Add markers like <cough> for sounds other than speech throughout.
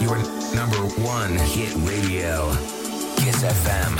Number one hit radio. Kiss FM.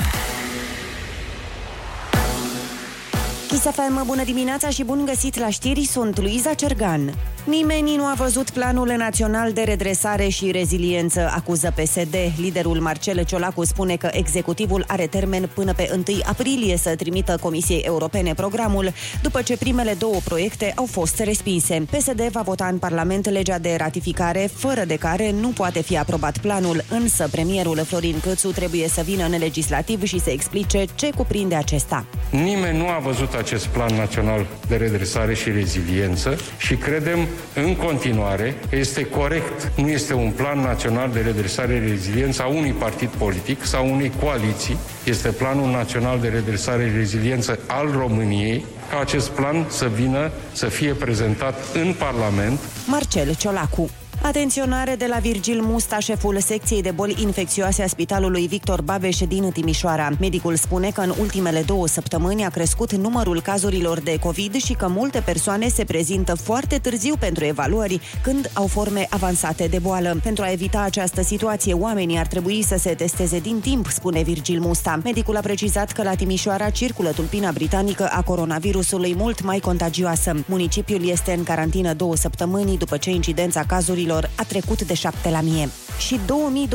Kiss FM, bună dimineața și bun găsit la știri, sunt Luiza Cergan. Nimeni nu a văzut planul național de redresare și reziliență, acuză PSD. Liderul Marcel Ciolacu spune că executivul are termen până pe 1 aprilie să trimită Comisiei Europene programul, după ce primele două proiecte au fost respinse. PSD va vota în Parlament legea de ratificare, fără de care nu poate fi aprobat planul, însă premierul Florin Cățu trebuie să vină în legislativ și să explice ce cuprinde acesta. Nimeni nu a văzut acest plan național de redresare și reziliență și credem în continuare că este corect. Nu este un plan național de redresare și reziliență a unui partid politic sau unei coaliții. Este planul național de redresare și reziliență al României ca acest plan să vină, să fie prezentat în Parlament. Marcel Ciolacu Atenționare de la Virgil Musta, șeful secției de boli infecțioase a Spitalului Victor Babeș din Timișoara. Medicul spune că în ultimele două săptămâni a crescut numărul cazurilor de COVID și că multe persoane se prezintă foarte târziu pentru evaluări, când au forme avansate de boală. Pentru a evita această situație, oamenii ar trebui să se testeze din timp, spune Virgil Musta. Medicul a precizat că la Timișoara circulă tulpina britanică a coronavirusului mult mai contagioasă. Municipiul este în carantină două săptămâni după ce incidența cazurilor bolilor a trecut de 7 la mie. Și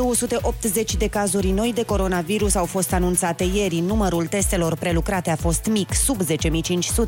2280 de cazuri noi de coronavirus au fost anunțate ieri. Numărul testelor prelucrate a fost mic, sub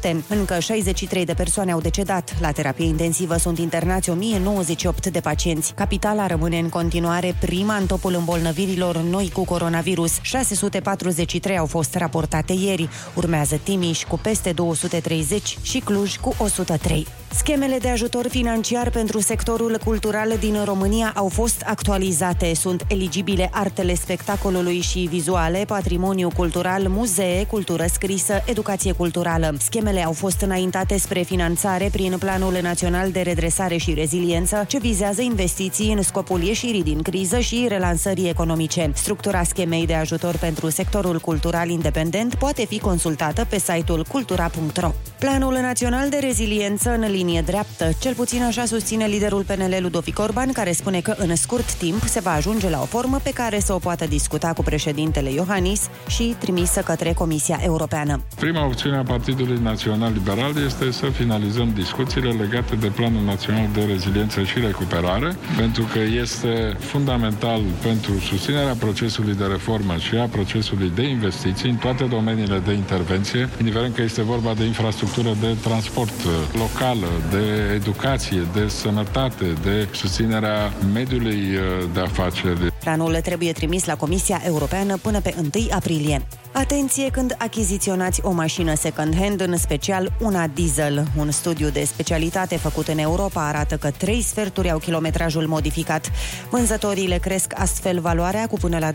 10.500. Încă 63 de persoane au decedat. La terapie intensivă sunt internați 1098 de pacienți. Capitala rămâne în continuare prima în topul îmbolnăvirilor noi cu coronavirus. 643 au fost raportate ieri. Urmează Timiș cu peste 230 și Cluj cu 103. Schemele de ajutor financiar pentru sectorul cultural culturale din România au fost actualizate. Sunt eligibile artele spectacolului și vizuale, patrimoniu cultural, muzee, cultură scrisă, educație culturală. Schemele au fost înaintate spre finanțare prin Planul Național de Redresare și Reziliență, ce vizează investiții în scopul ieșirii din criză și relansării economice. Structura schemei de ajutor pentru sectorul cultural independent poate fi consultată pe site-ul cultura.ro. Planul Național de Reziliență în linie dreaptă, cel puțin așa susține liderul PNL Ludovic Ludovic Orban, care spune că în scurt timp se va ajunge la o formă pe care să o poată discuta cu președintele Iohannis și trimisă către Comisia Europeană. Prima opțiune a Partidului Național Liberal este să finalizăm discuțiile legate de Planul Național de Reziliență și Recuperare, pentru că este fundamental pentru susținerea procesului de reformă și a procesului de investiții în toate domeniile de intervenție, indiferent că este vorba de infrastructură de transport uh, locală, de educație, de sănătate, de susținerea mediului uh, de afaceri. Planul trebuie trimis la Comisia Europeană până pe 1 aprilie. Atenție când achiziționați o mașină second-hand, în special una diesel. Un studiu de specialitate făcut în Europa arată că trei sferturi au kilometrajul modificat. Vânzătorile cresc astfel valoarea cu până la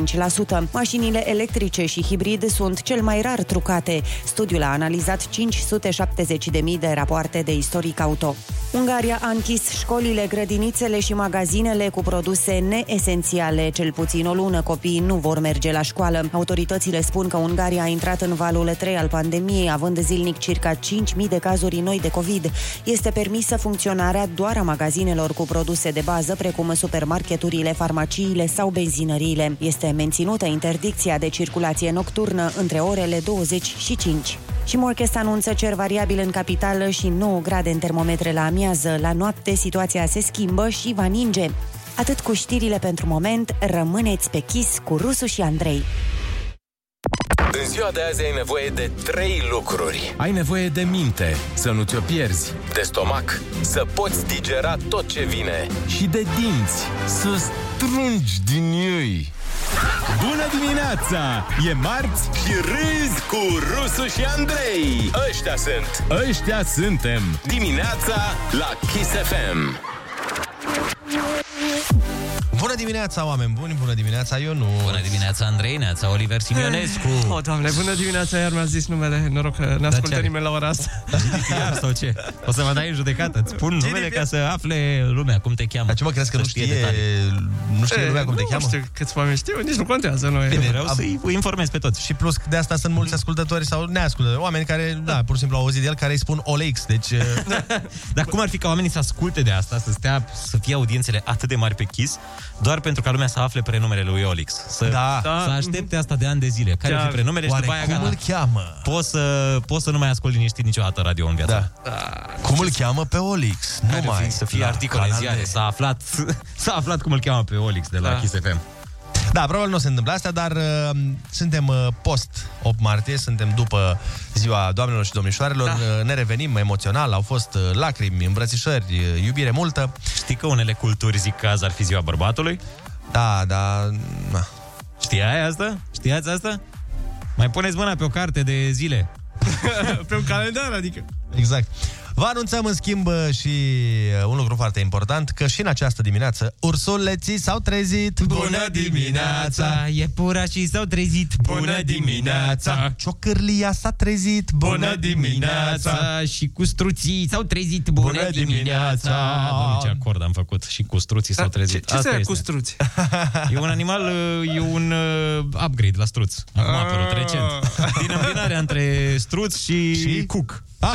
25%. Mașinile electrice și hibride sunt cel mai rar trucate. Studiul a analizat 570.000 de rapoarte de istoric auto. Ungaria a închis școlile, grădinițele și magazinele cu produse neesențiale. Cel puțin o lună copiii nu vor merge la școală. Autorități Autoritățile spun că Ungaria a intrat în valul 3 al pandemiei, având zilnic circa 5.000 de cazuri noi de COVID. Este permisă funcționarea doar a magazinelor cu produse de bază, precum supermarketurile, farmaciile sau benzinăriile. Este menținută interdicția de circulație nocturnă între orele 20 și 5. Și Morchest anunță cer variabil în capitală și 9 grade în termometre la amiază. La noapte situația se schimbă și va ninge. Atât cu știrile pentru moment, rămâneți pe chis cu Rusu și Andrei. În ziua de azi ai nevoie de trei lucruri. Ai nevoie de minte, să nu ți-o pierzi. De stomac, să poți digera tot ce vine. Și de dinți, să strungi din ei. Bună dimineața! E marți și râzi cu Rusu și Andrei. Ăștia sunt. Ăștia suntem. Dimineața la Kiss FM. Bună dimineața, oameni buni! Bună dimineața, Ionu! Bună dimineața, Andrei, neața, Oliver Simionescu! O, oh, doamne, bună dimineața, iar mi-a zis numele. Noroc că ne ascultă da, nimeni la ora asta. Iar sau ce? O să mă dai în judecată, îți spun numele ca să afle lumea cum te cheamă. Dar ce mă crezi că nu știe, nu Eh, știe lumea cum te cheamă? Nu știu câți <laughs> oameni știu, nici nu contează. Noi. Bine, vreau să-i informez pe toți. Și plus de asta sunt mulți ascultători sau neascultători, oameni care, da, pur și simplu au auzit de el, care îi spun Olex, deci... Dar cum ar fi ca oamenii să asculte de asta, să stea, să fie audiențele atât de mari pe Kiss, doar pentru ca lumea să afle prenumele lui Olix. Să, Da. să aștepte asta de ani de zile. Care Chiar. fi prenumele și Oare după aia cum gata. îl cheamă? Poți să, poți să nu mai ascult liniștit niciodată radio în viața. Da. Cum îl cheamă pe Olix? Nu Care mai. fi, să fie la articole în canal ziare. de- S-a aflat, <laughs> s-a aflat cum îl cheamă pe Olix de la da. Da. Kiss FM. Da, probabil nu se întâmplă asta, dar uh, suntem uh, post 8 martie, suntem după ziua doamnelor și domnișoarelor, da. uh, ne revenim emoțional, au fost uh, lacrimi, îmbrățișări, uh, iubire multă. Știi că unele culturi zic că azi ar fi ziua bărbatului? Da, da, na. Știai asta? Știați asta? Mai puneți mâna pe o carte de <laughs> zile. Pe un calendar, adică. exact. Vă anunțăm în schimb uh, și uh, un lucru foarte important, că și în această dimineață ursuleții s-au trezit. iepurașii s-au trezit. Ciocârlia s-a trezit. Și custruții s-au trezit. Bună dimineața! Doamne, Da, ce acord am făcut. Și custruții Da, s-au Ce, trezit. ce Asta se este. cu struți? E un animal, e un uh, upgrade <laughs> la struț. Acum a apărut Ah. recent. Din îmbinarea între struț și, Și? cuc. <laughs>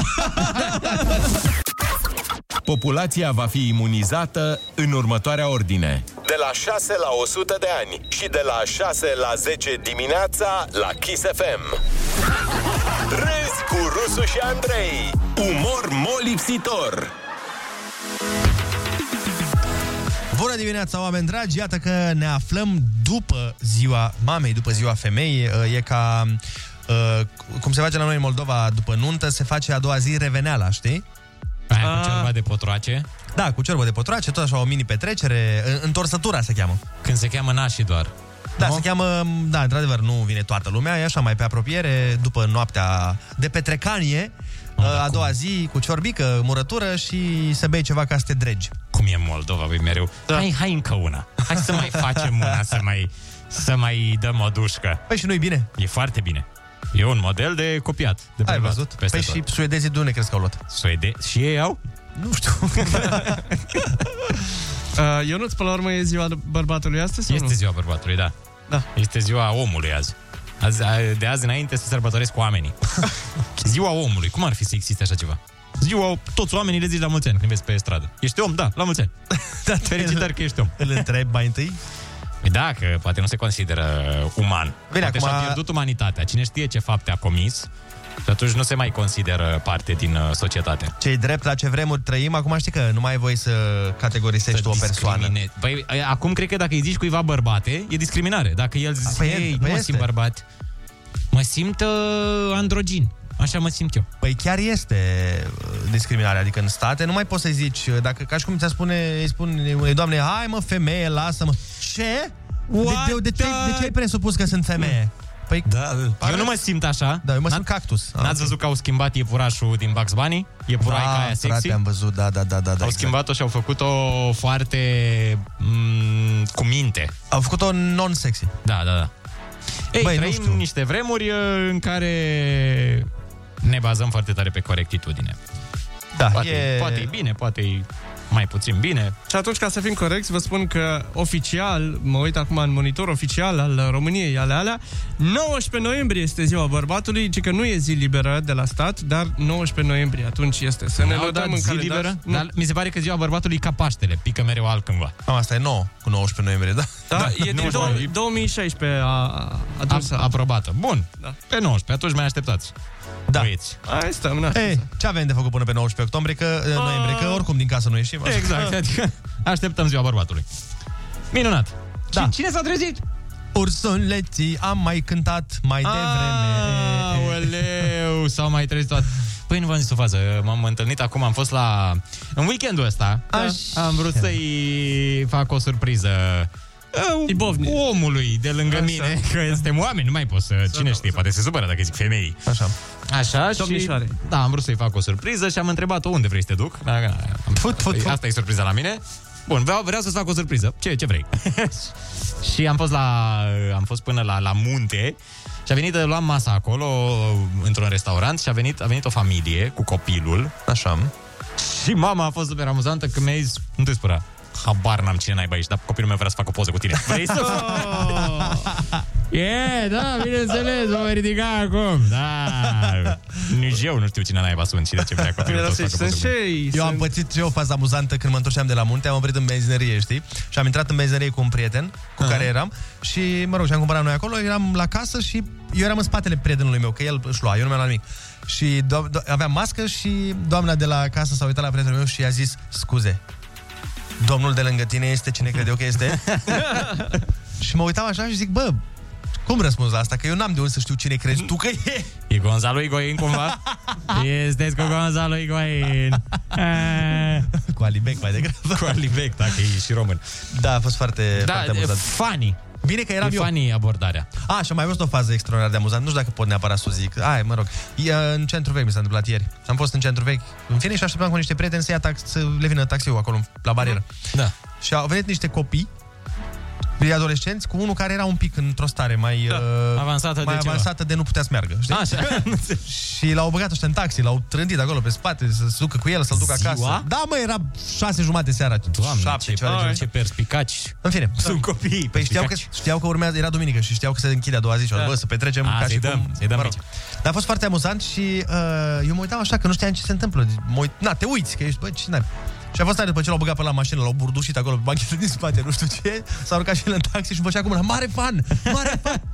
Populația va fi imunizată în următoarea ordine. De la 6 la 100 de ani și de la 6 la 10 dimineața la Kiss FM. Râzi cu Rusu și Andrei. Umor molipsitor! Bună dimineața, oameni dragi! Iată că ne aflăm după ziua mamei, după ziua femeii. E ca... uh, Cum se face la noi în Moldova după nuntă, se face a doua zi reveneala, știi? Aia cu Ah. ceva de potroace. Da, cu ciorbă de pătrace, tot așa o mini-petrecere, în- întorsătura se cheamă. Când se cheamă nașii doar. Da, se cheamă, da, într-adevăr, nu vine toată lumea, e așa mai pe apropiere, după noaptea de petrecanie, uh, a doua zi cu ciorbică, murătură și să bei ceva ca să te dregi. Cum e Moldova, voi mereu. Da. Hai, hai încă una. Hai să mai facem una, să mai, să mai dăm o dușcă. Păi și nu-i bine? E foarte bine. E un model de copiat. De Ai preluat văzut? Peste Păi tot. și suedezii de unde crezi că au luat? Suede... Și ei au? Nu știu. <laughs> Uh, Ionuț, până la urmă, e ziua bărbatului astăzi? sau Este nu? ziua bărbatului, da. Da. Este ziua omului azi. azi a- de azi înainte se sărbătoresc cu <laughs> oamenii. ziua omului. Cum ar fi să existe așa ceva? Ziua, toți oamenii le zici la mulți ani când vezi pe stradă. Ești om? Da, la mulți <laughs> ani. da, Felicitări că ești om. Îl întreb mai întâi? Păi Da, că poate nu se consideră uman. Bine, poate acum- și-a pierdut umanitatea. Cine știe ce fapte a comis, și atunci nu se mai consideră parte din uh, societate. Cei drept la ce vremuri trăim, acum știi că nu mai ai voie să categorisești o persoană. discrimine- Păi, e, acum cred că dacă îi zici cuiva bărbate, e discriminare. Dacă el zice, Păi e- ei, păi nu mă este. simt bărbat, mă simt uh, androgin. Așa mă simt eu. Păi chiar este uh, discriminare, adică în state nu mai poți să zici, uh, dacă ca și cum ți-a spune, îi spune unei doamne, hai mă femeie, lasă-mă. Ce? De, What de, de, ce, the- de ce ai presupus că sunt femeie? Păi, Da, pare- eu nu mă simt așa. da, eu mă sunt cactus. Ah, N-ați văzut că au schimbat iepurașul din Bugs Bunny? Iepuraica da, aia sexy? frate, am văzut, da, da, da, da. da Au exact. schimbat-o și au făcut-o foarte m- cu minte. Au făcut-o non-sexy. Da, da, da. Ei, exact. Băi, Băi, nu trăim știu. niște vremuri uh, în care ne bazăm foarte tare pe corectitudine. Da, Poate, e... e... poate e bine, poate e mai puțin bine. Și atunci, ca să fim corecți, vă spun că oficial, mă uit acum în monitor oficial al României, ale alea, 19 noiembrie este ziua bărbatului, ci că nu e zi liberă de la stat, dar 19 noiembrie atunci este. Să ne N-au dat lădăm în zi calendar. liberă? Nu. Dar mi se pare că ziua bărbatului e ca Paștele, pică mereu altcândva. Am, asta e nou, cu 19 noiembrie, da. Da, e din 19 dou- noiembrie. 2016 a, a, a A, dus a, aprobată. Bun, Da. pe 19, atunci mai așteptați. Da. Băieți. Hai, stăm, na. Ei, ce avem de făcut până pe 19 octombrie, că, eh, noiembrie, că oricum din casă nu ieșim. așa. Exact, <laughs> adică așteptăm ziua bărbatului. Minunat. Da. Și cine s-a trezit? Ursuleții am mai cântat mai devreme. Aoleu, s-au mai trezit toate. Păi nu v-am zis o fază, m-am întâlnit acum, am fost la... În weekendul ăsta Așa. am vrut să-i fac o surpriză uh, Ibovni. omului de lângă Așa. mine, că suntem oameni, nu mai pot să... Cine știe, poate se supără dacă zic femei. Așa. Așa și... Domnișoare. Da, am vrut să-i fac o surpriză și am întrebat-o unde vrei să te duc. Da, da, am- Fut, fut, fut. Asta e surpriza la mine. Bun, vreau, vreau să-ți fac o surpriză. Ce, ce vrei? <laughs> și am fost, la, am fost până la, la munte și a venit, luam masa acolo într-un restaurant și a venit, a venit o familie cu copilul Așa. și mama a fost super amuzantă că mi-a zis, nu te spera, habar n-am cine naiba aici, dar copilul meu vrea să facă o poză cu <laughs> tine. <laughs> Vrei să E, yeah, da, bineînțeles, mă voi ridica acum. Da. Nici eu nu știu cine naiba sunt și de ce vrea copilul tău să facă poză cu mine. Eu am pățit și eu o fază amuzantă când mă întorceam de la munte, am oprit în benzinărie, știi? Și am intrat în benzinărie cu un prieten cu care eram și, mă rog, și-am cumpărat noi acolo, eram la casă și eu eram în spatele prietenului meu, că el își lua, eu nu mi-am luat nimic. Și do- do- aveam mască și doamna de la casă s-a uitat la prietenul meu și i-a zis, scuze, domnul de lângă tine este cine cred eu că este? și mă uitam așa și zic, bă, cum răspunzi la asta? Că eu n-am de unde să știu cine crezi tu că e. E Gonzalo Igoin <laughs> cumva? Este cu Gonzalo Igoin. Da. <laughs> <laughs> Cu Alibec mai degrabă. Cu Alibec, dacă e și român. Da, a fost foarte, Da, foarte e amuzant. funny. Bine că eram e eu. funny abordarea. A, și am mai văzut o fază extraordinar de amuzantă, nu știu dacă pot neapărat să o zic. Ai, mă rog. E, uh, în centru vechi mi s-a întâmplat ieri. Am fost în centru vechi, în fine, și așteptam cu niște prieteni să, ia tax, să le vină taxiul acolo, la barieră. Da. Și au venit niște copii, de adolescenți, cu unul care era un pic într-o stare mai, da, avansată mai de ceva. avansată de nu putea să meargă. Știi? <laughs> Așa. Și l-au băgat ăștia în taxi, l-au trândit acolo pe spate, să se ducă cu el, să-l ducă Ziua? acasă. Da, mă, era șase jumate seara, Doamne, șapte, ce, ceva de genul. ce perspicaci. În fine, Sunt copii. Păi știau că, știau că urmează, era duminică și știau că se închide a doua zi și au zis, Da. bă, să petrecem A, ca să-i și dăm, cum... să-i dăm rog. aici. Dar a fost foarte amuzant și uh, eu mă uitam așa că nu știam ce se întâmplă. Mă uit, na, te uiți, că ești, bă, cine și a fost tare după ce l-au băgat pe la mașină, l-au burdușit acolo pe banchetă din spate, nu știu ce, s-a urcat și el în taxi și îmi făcea cu mâna, mare fan, mare fan. <laughs>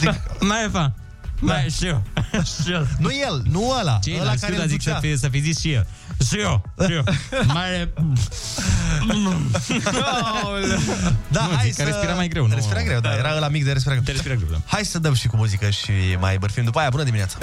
Zic, Mai e fan. Da. Mai și eu. Și <laughs> eu. nu el, nu ăla, Ce ăla la care care îl zic să ducea. fi, să fi zis și el. Și eu, și eu. Mare... <laughs> Da, Nu, hai zic să... că respira mai greu, nu? Respira greu, da, era ăla mic de respira greu. Te respira greu, da. Hai să dăm și cu muzică și mai bărfim după aia. Bună dimineața!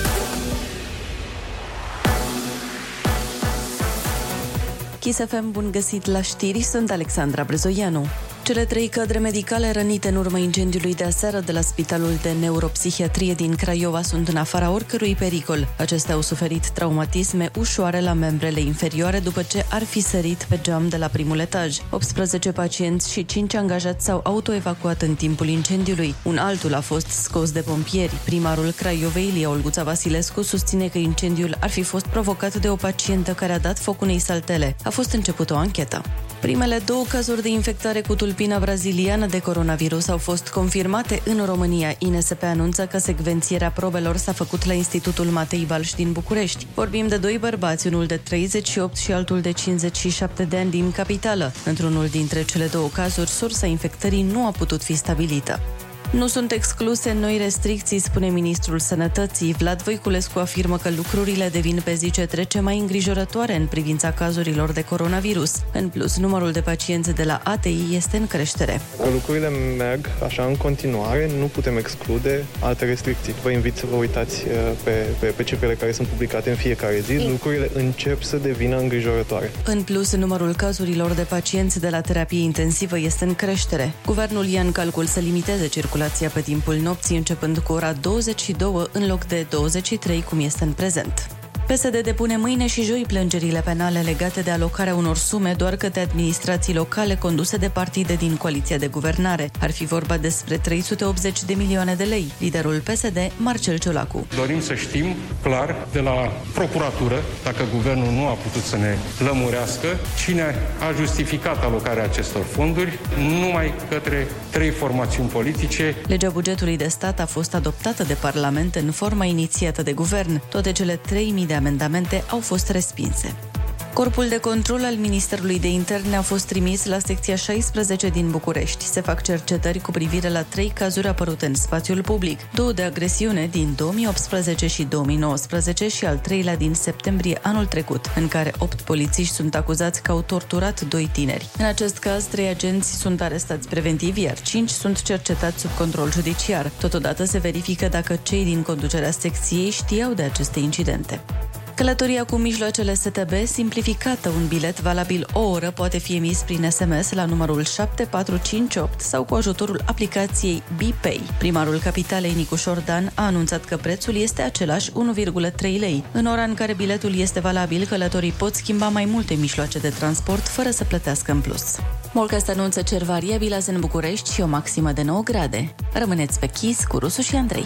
Kiss FM, bun găsit la știri, sunt Alexandra Brezoianu. Cele trei cadre medicale rănite în urma incendiului de aseară de la Spitalul de Neuropsihiatrie din Craiova sunt în afara oricărui pericol. Acestea au suferit traumatisme ușoare la membrele inferioare după ce ar fi sărit pe geam de la primul etaj. 18 pacienți și 5 angajați s-au autoevacuat în timpul incendiului. Un altul a fost scos de pompieri. Primarul Craiovei, Ilie Olguța Vasilescu, susține că incendiul ar fi fost provocat de o pacientă care a dat foc unei saltele. A fost început o anchetă. Primele două cazuri de infectare cu tulpina braziliană de coronavirus au fost confirmate în România. INSP anunță că secvențierea probelor s-a făcut la Institutul Matei Balș din București. Vorbim de doi bărbați, unul de 38 și altul de 57 de ani din capitală. Într-unul dintre cele două cazuri, sursa infectării nu a putut fi stabilită. Nu sunt excluse noi restricții, spune ministrul sănătății. Vlad Voiculescu afirmă că lucrurile devin pe zi ce trece mai îngrijorătoare în privința cazurilor de coronavirus. În plus, numărul de pacienți de la ATI este în creștere. Lucrurile merg așa în continuare, nu putem exclude alte restricții. Vă invit să vă uitați uh, pe, pe, pe cifrele care sunt publicate în fiecare zi. Lucrurile încep să devină îngrijorătoare. În plus, numărul cazurilor de pacienți de la terapie intensivă este în creștere. Guvernul ia în calcul să limiteze circulația pe timpul nopții, începând cu ora 22 în loc de 23, cum este în prezent. PSD depune mâine și joi plângerile penale legate de alocarea unor sume doar către administrații locale conduse de partide din coaliția de guvernare. Ar fi vorba despre 380 de milioane de lei. Liderul PSD, Marcel Ciolacu. Dorim să știm clar de la procuratură, dacă guvernul nu a putut să ne lămurească, cine a justificat alocarea acestor fonduri numai către trei formațiuni politice Legea bugetului de stat a fost adoptată de Parlament în forma inițiată de guvern. Toate cele 3.000 de amendamente au fost respinse. Corpul de control al Ministerului de Interne a fost trimis la secția 16 din București. Se fac cercetări cu privire la trei cazuri apărute în spațiul public, două de agresiune din 2018 și 2019 și al treilea din septembrie anul trecut, în care opt polițiști sunt acuzați că au torturat doi tineri. În acest caz, trei agenți sunt arestați preventiv, iar cinci sunt cercetați sub control judiciar. Totodată se verifică dacă cei din conducerea secției știau de aceste incidente. Călătoria cu mijloacele STB simplificată, un bilet valabil o oră, poate fi emis prin SMS la numărul 7458 sau cu ajutorul aplicației BPay. Primarul capitalei Nicu Șordan a anunțat că prețul este același 1,3 lei. În ora în care biletul este valabil, călătorii pot schimba mai multe mijloace de transport fără să plătească în plus. Morcast anunță cer variabil azi în București și o maximă de 9 grade. Rămâneți pe Kiss cu Rusu și Andrei.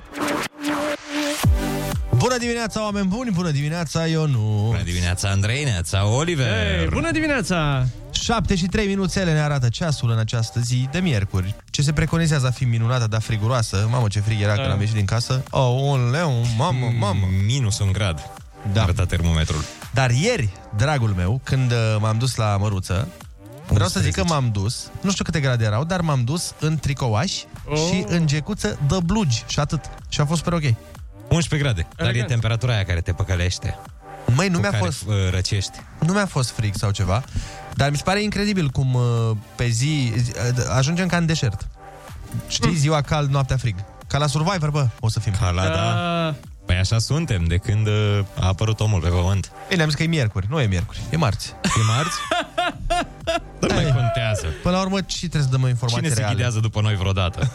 Bună dimineața, oameni buni! Bună dimineața, Ionu! Bună dimineața, Andrei, neața, Oliver! Hey, bună dimineața! 7 și 3 minuțele ne arată ceasul în această zi de miercuri. Ce se preconizează a fi minunată, dar friguroasă. Mamă, ce frig era când am ieșit din casă. Oh, leu, mamă, mamă. Mm, Minus un grad. Da. Arăta termometrul. Dar ieri, dragul meu, când uh, m-am dus la măruță, vreau să zic că m-am dus, nu știu câte grade erau, dar m-am dus în tricouaș Oh. și în gecuță de blugi și atât. Și a fost super ok. 11 grade. Dar e Elegant. temperatura aia care te păcălește. Măi, nu cu mi-a care, fost- uh, Răcești. nu mi-a fost frig sau ceva, dar mi se pare incredibil cum uh, pe zi zi- uh, ajungem ca în deșert. Știi, ziua cald, noaptea frig. Ca la Survivor, bă, o să fim. Ala, da. Păi așa suntem de când uh, a apărut omul pe pământ. Bine, am zis că e miercuri, nu e miercuri, e marți. E <laughs> marți? Nu mai contează. Până la urmă, și trebuie să dăm informații Cine se reale. ghidează după noi <laughs> vreodată?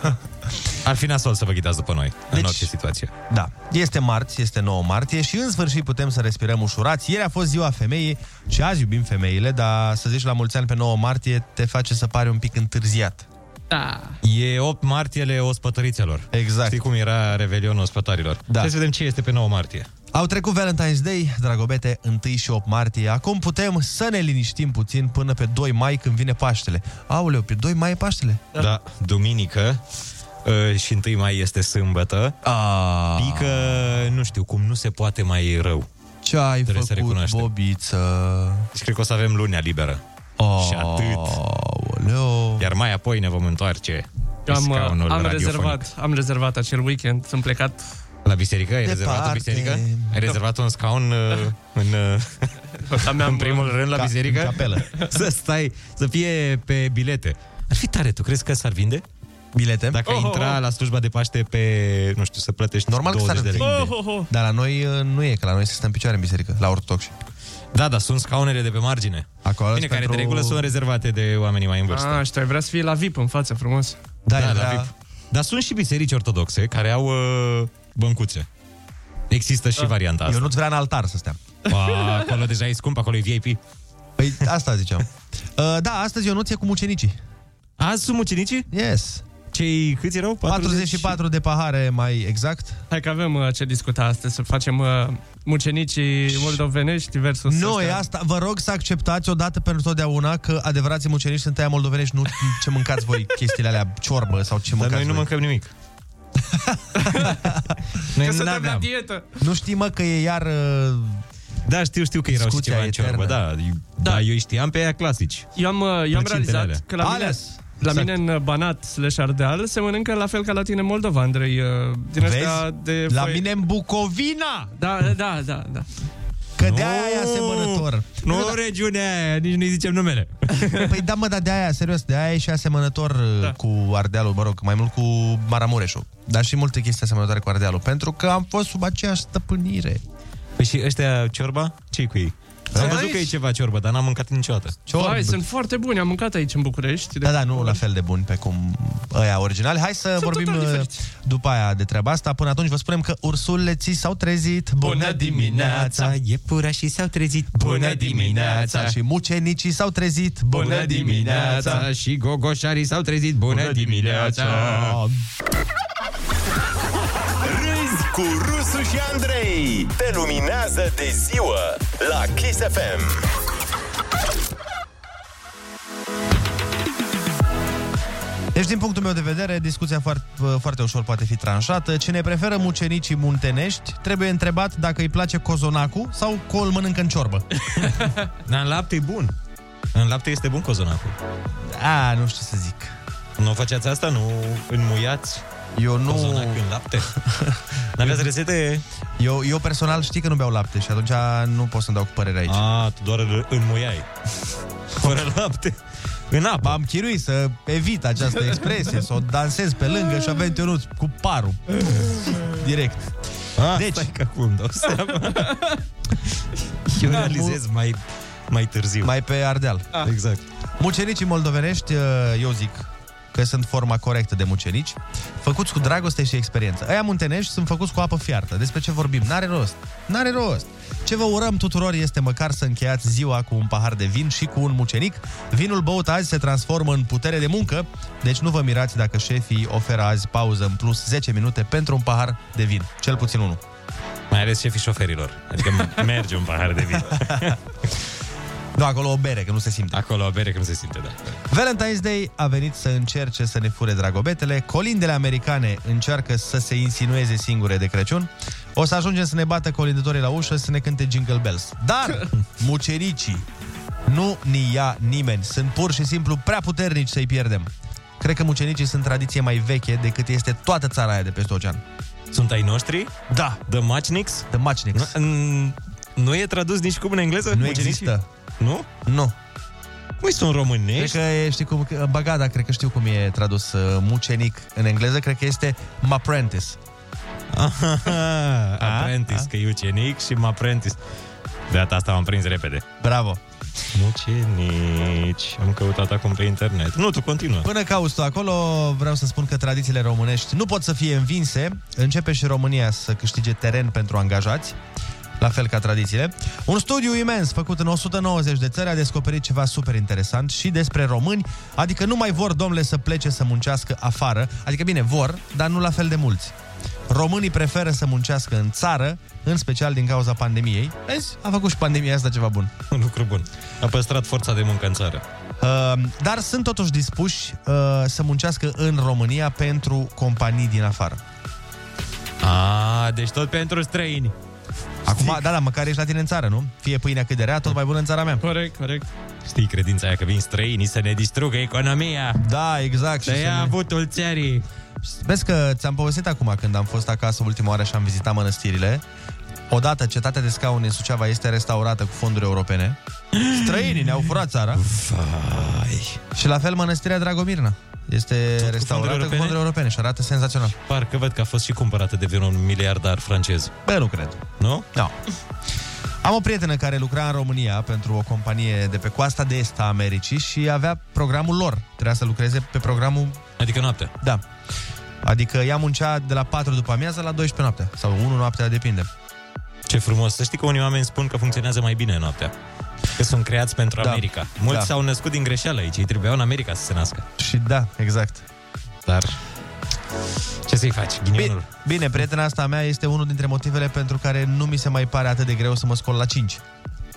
Ar fi nasol să vă ghidați după noi, deci, în orice situație. Da, este marți, este 9 martie și în sfârșit putem să respirăm ușurați. Ieri a fost ziua femeii și azi iubim femeile, dar să zici la mulți ani pe 9 martie te face să pari un pic întârziat. Da. E 8 martiele ospătărițelor. Exact. Știi cum era Revelionul ospătarilor. Da. Hai să vedem ce este pe 9 martie. Au trecut Valentine's Day, dragobete, 1 și 8 martie. Acum putem să ne liniștim puțin până pe 2 mai când vine Paștele. Aoleu, pe 2 mai e Paștele. Da, da duminică uh, și 1 mai este sâmbătă. A... Pică, nu știu cum, nu se poate mai rău. Ce ai Trebuie să făcut, recunoaștem. Bobiță? Și cred că o să avem lunea liberă. Oh, și atât. Oleo. Iar mai apoi ne vom întoarce pe Am, uh, scaunul am, radiofonic. rezervat, am rezervat acel weekend, sunt plecat La biserică? Ai Departe. rezervat o biserică? Ai rezervat un scaun uh, în, <laughs> uh, în primul rând la ca- biserică? în capelă. <laughs> să stai, să fie pe bilete. Ar fi tare, tu crezi că s-ar vinde? Bilete? Dacă oh, Oh, oh, intra oh. la slujba de Paște pe, nu știu, să plătești Normal că 20 s-ar de lei. vinde. Oh, oh. Dar la noi uh, nu e, că la noi se stă în picioare în biserică, la ortodoxi. Da, da, sunt scaunele de pe margine. Acolo Bine, care de pentru- regulă sunt Ah. rezervate de oamenii mai în vârstă. A, Ah, și tu ai vrea să fii la VIP în față, frumos. Da, da, da. VIP. Dar sunt și biserici ortodoxe care au uh, băncuțe. Există și varianta asta. Eu nu-ți Da. vrea în altar să stea. Ba, acolo deja e scump, acolo e VIP. Păi asta ziceam. Uh, da, astăzi Ionuț e cu mucenicii. Azi sunt mucenicii? Yes. Cei câți erau? 44 de pahare mai exact. Hai că avem uh, ce discuta astăzi, să facem uh, mucenicii moldovenești versus... Nu, e ăstea. asta. Vă rog să acceptați odată pentru totdeauna că adevărații mucenici sunt aia moldovenești, nu ce mâncați voi <laughs> chestiile alea, ciorbă sau ce Dar mâncați noi nu voi. mâncăm <laughs> nimic. Că suntem la n-aveam. dietă. Nu știi, mă, că e iar... uh, Da, știu, știu <laughs> că erau și Discuția ceva în ciorbă, da, eternă. da. da. eu îi știam pe aia clasici. Eu am, uh, eu am Plăcintele realizat alea. că la mine, Ales. la Exact. mine în uh, Banat slash Ardeal se mănâncă la fel ca la tine în Moldova, Andrei. uh, Din Vezi? astea de La foi- mine în Bucovina! Da, da, da, da. Că de aia e <laughs> asemănător. Nu regiunea aia, nici nu-i zicem <laughs> numele. Păi da, mă, dar de aia, serios, de aia e și asemănător da. cu Ardealul, mă rog, mai mult cu Maramureșul. Dar și multe chestii asemănătoare cu Ardealul, pentru că am fost sub aceeași stăpânire. Păi și ăștia ciorba? ce cu ei? Am Ai văzut că e Păi, aici? ceva ciorbă, dar n-am mâncat niciodată. Vai, sunt foarte buni, am mâncat aici în București. Da, da, nu la fel de bun pe cum ăia originali. Hai să Sunt vorbim total uh, diferiți. după aia de treaba asta. Până atunci vă spunem că ursuleții s-au trezit. Bună dimineața! Iepurașii s-au trezit. Și mucenicii s-au trezit. Și gogoșarii s-au trezit. Bună dimineața! Râzi cu Rusu și Andrei. Te luminează de ziua la Kiss FM. Deci, din punctul meu de vedere, discuția foarte, uh, foarte ușor poate fi tranșată. Cine preferă mucenicii muntenești, trebuie întrebat dacă îi place cozonacul sau col mănâncă în ciorbă. Dar în lapte e bun. În lapte este bun cozonacul. A, nu știu să zic. Nu faceați asta? Nu înmuiați Eu nu... cozonac în <laughs> lapte? N-aveați rețete? Eu, eu personal știi că nu beau lapte și atunci nu pot să-mi dau cu părere aici. A, Ah, tu doar îl <laughs> înmuiai. Fără lapte. În apă. M-am chinuit să evit această <laughs> expresie, să o dansez pe lângă și avem Ionuț cu parul. Direct. Ah, deci... Stai că acum dau <laughs> seama. Eu realizez mai, mai târziu. Mai pe Ardeal. Ah. Exact. Mucenicii moldovenești, eu zic că sunt forma corectă de mucenici, făcuți cu dragoste și experiență. Aia muntenești sunt făcuți cu apă fiartă. Despre ce vorbim? N-are rost. N-are rost. Ce vă urăm tuturor este măcar să încheiați ziua cu un pahar de vin și cu un mucenic. Vinul băut azi se transformă în putere de muncă, deci nu vă mirați dacă șefii oferă azi pauză în plus 10 minute pentru un pahar de vin. Cel puțin unul. Mai ales șefii șoferilor. Adică <laughs> merge un pahar de vin. Da, acolo o bere, că nu se simte. Acolo o bere, că nu se simte, da. Valentine's Day a venit să încerce să ne fure dragobetele, colindele americane încearcă să se insinueze singure de Crăciun, o să ajungem să ne bată colindătorii la ușă să ne cânte Jingle Bells. <laughs> Dar mucericii nu ni ia nimeni, sunt pur și simplu prea puternici să-i pierdem. Cred că mucenicii sunt tradiție mai veche decât este toată țara aia de peste ocean. Sunt ai noștri? Da. The Matchniks? The Matchniks. Nu, mm, nu e tradus nici cum în engleză? Nu există. Nu? Nu. Păi sunt românești. Cred că știi cum, bagada, cred că știu cum e tradus uh, mucenic în engleză, cred că este m'apprentice. apprentice, că e ucenic și m'apprentice. De data asta am prins repede. Bravo. Mucenici. Am căutat acum pe internet. Nu, tu continuă. Până cauți tu acolo, vreau să spun că tradițiile românești nu pot să fie învinse. Începe și România să câștige teren pentru angajați la fel ca tradițiile. Un studiu imens făcut în 190 de țări a descoperit ceva super interesant și despre români, adică nu mai vor, domnule, să plece să muncească afară, adică bine, vor, dar nu la fel de mulți. Românii preferă să muncească în țară, în special din cauza pandemiei. Vezi? A făcut și pandemia asta ceva bun. Un lucru bun. A păstrat forța de muncă în țară. Uh, dar sunt totuși dispuși uh, să muncească în România pentru companii din afară. A, deci tot pentru străini. Acum, Stic. da, da, măcar ești la tine în țară, nu? Fie pâinea cât de rea, tot mai bună în țara mea. Corect, corect. Știi credința aia că vin străinii să ne distrugă economia. Da, exact. Să ia ne... avutul țării. Vezi că ți-am povestit acum când am fost acasă ultima oară și am vizitat mănăstirile. Odată, cetatea de scaune în Suceava este restaurată cu fonduri europene. Străinii ne-au furat țara. Vai. Și la fel mănăstirea Dragomirna. Este Tot restaurată cu fonduri, europene? europene și arată senzațional. Parcă văd că a fost și cumpărată de vreun miliardar francez. Bă, nu cred. Nu? Da. Nu. Am o prietenă care lucra în România pentru o companie de pe coasta de est a Americii și avea programul lor. Trebuia să lucreze pe programul... Adică noaptea. Da. Adică ea muncea de la 4 după amiază la 12 noaptea. Sau 1 noaptea, depinde. Ce frumos. Să știi că unii oameni spun că funcționează mai bine noaptea. Că sunt creați pentru da. America. Mulți da. s-au născut din greșeală aici. Ei trebuiau în America să se nască. Și da, exact. Dar ce să-i faci? Ghinionul. Bine, bine, prietena asta mea este unul dintre motivele pentru care nu mi se mai pare atât de greu să mă scol la 5.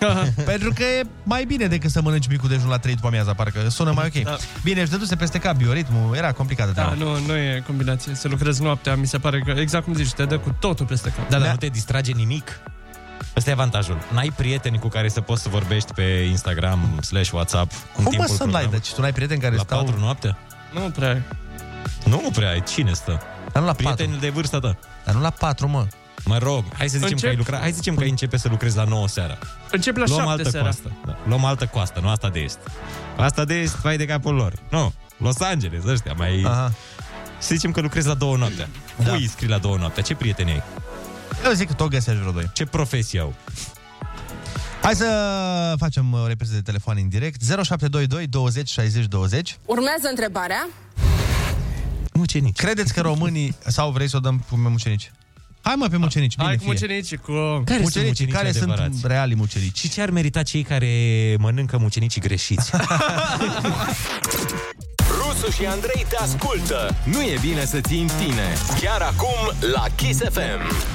<laughs> pentru că e mai bine decât să mănânci micul dejun la 3 după amiaza, parcă sună mai ok. Da. Bine, își dăduse peste cap bioritmul, era complicată Da, nu, nu e combinație. Să lucrezi noaptea, mi se pare că, exact cum zici, te dă cu totul peste cap. Da, dar da. nu te distrage nimic. Ăsta e avantajul. N-ai prieteni cu care să poți să vorbești pe Instagram slash WhatsApp Cum în mă să n-ai? Deci tu n-ai prieteni care la stau... La patru noaptea? Nu prea ai. Nu prea ai. Cine stă? Dar nu la Prietenii patru. de vârsta ta. Dar nu la patru, mă. Mă rog, hai să zicem Încep. că ai lucra, hai să zicem că ai începe să lucrezi la 9 seara. Încep la Luăm 7 altă seara. Coastă. Da. Luăm altă coastă, nu asta de est. Asta de est, vai de capul lor. Nu, Los Angeles, ăștia mai... Aha. Să zicem că lucrezi la două noaptea. Da. Cui scrii la două noaptea? Ce prieteni ai? Eu zic că tot găsești vreo doi. Ce profesie au? Hai să facem o repriză de telefon în direct. 0722 20 60 20. Urmează întrebarea. Mucenici. Credeți că românii... Sau vrei să o dăm pe mucenici? Hai mă pe mucenici, bine Hai cu fie. mucenici, cu... Care Mucenicii, sunt care adevărați? sunt reali mucenici? Și ce ar merita cei care mănâncă mucenicii <laughs> greșiți? Rusu și Andrei te ascultă. Nu e bine să ții în tine. Chiar acum la Kiss FM.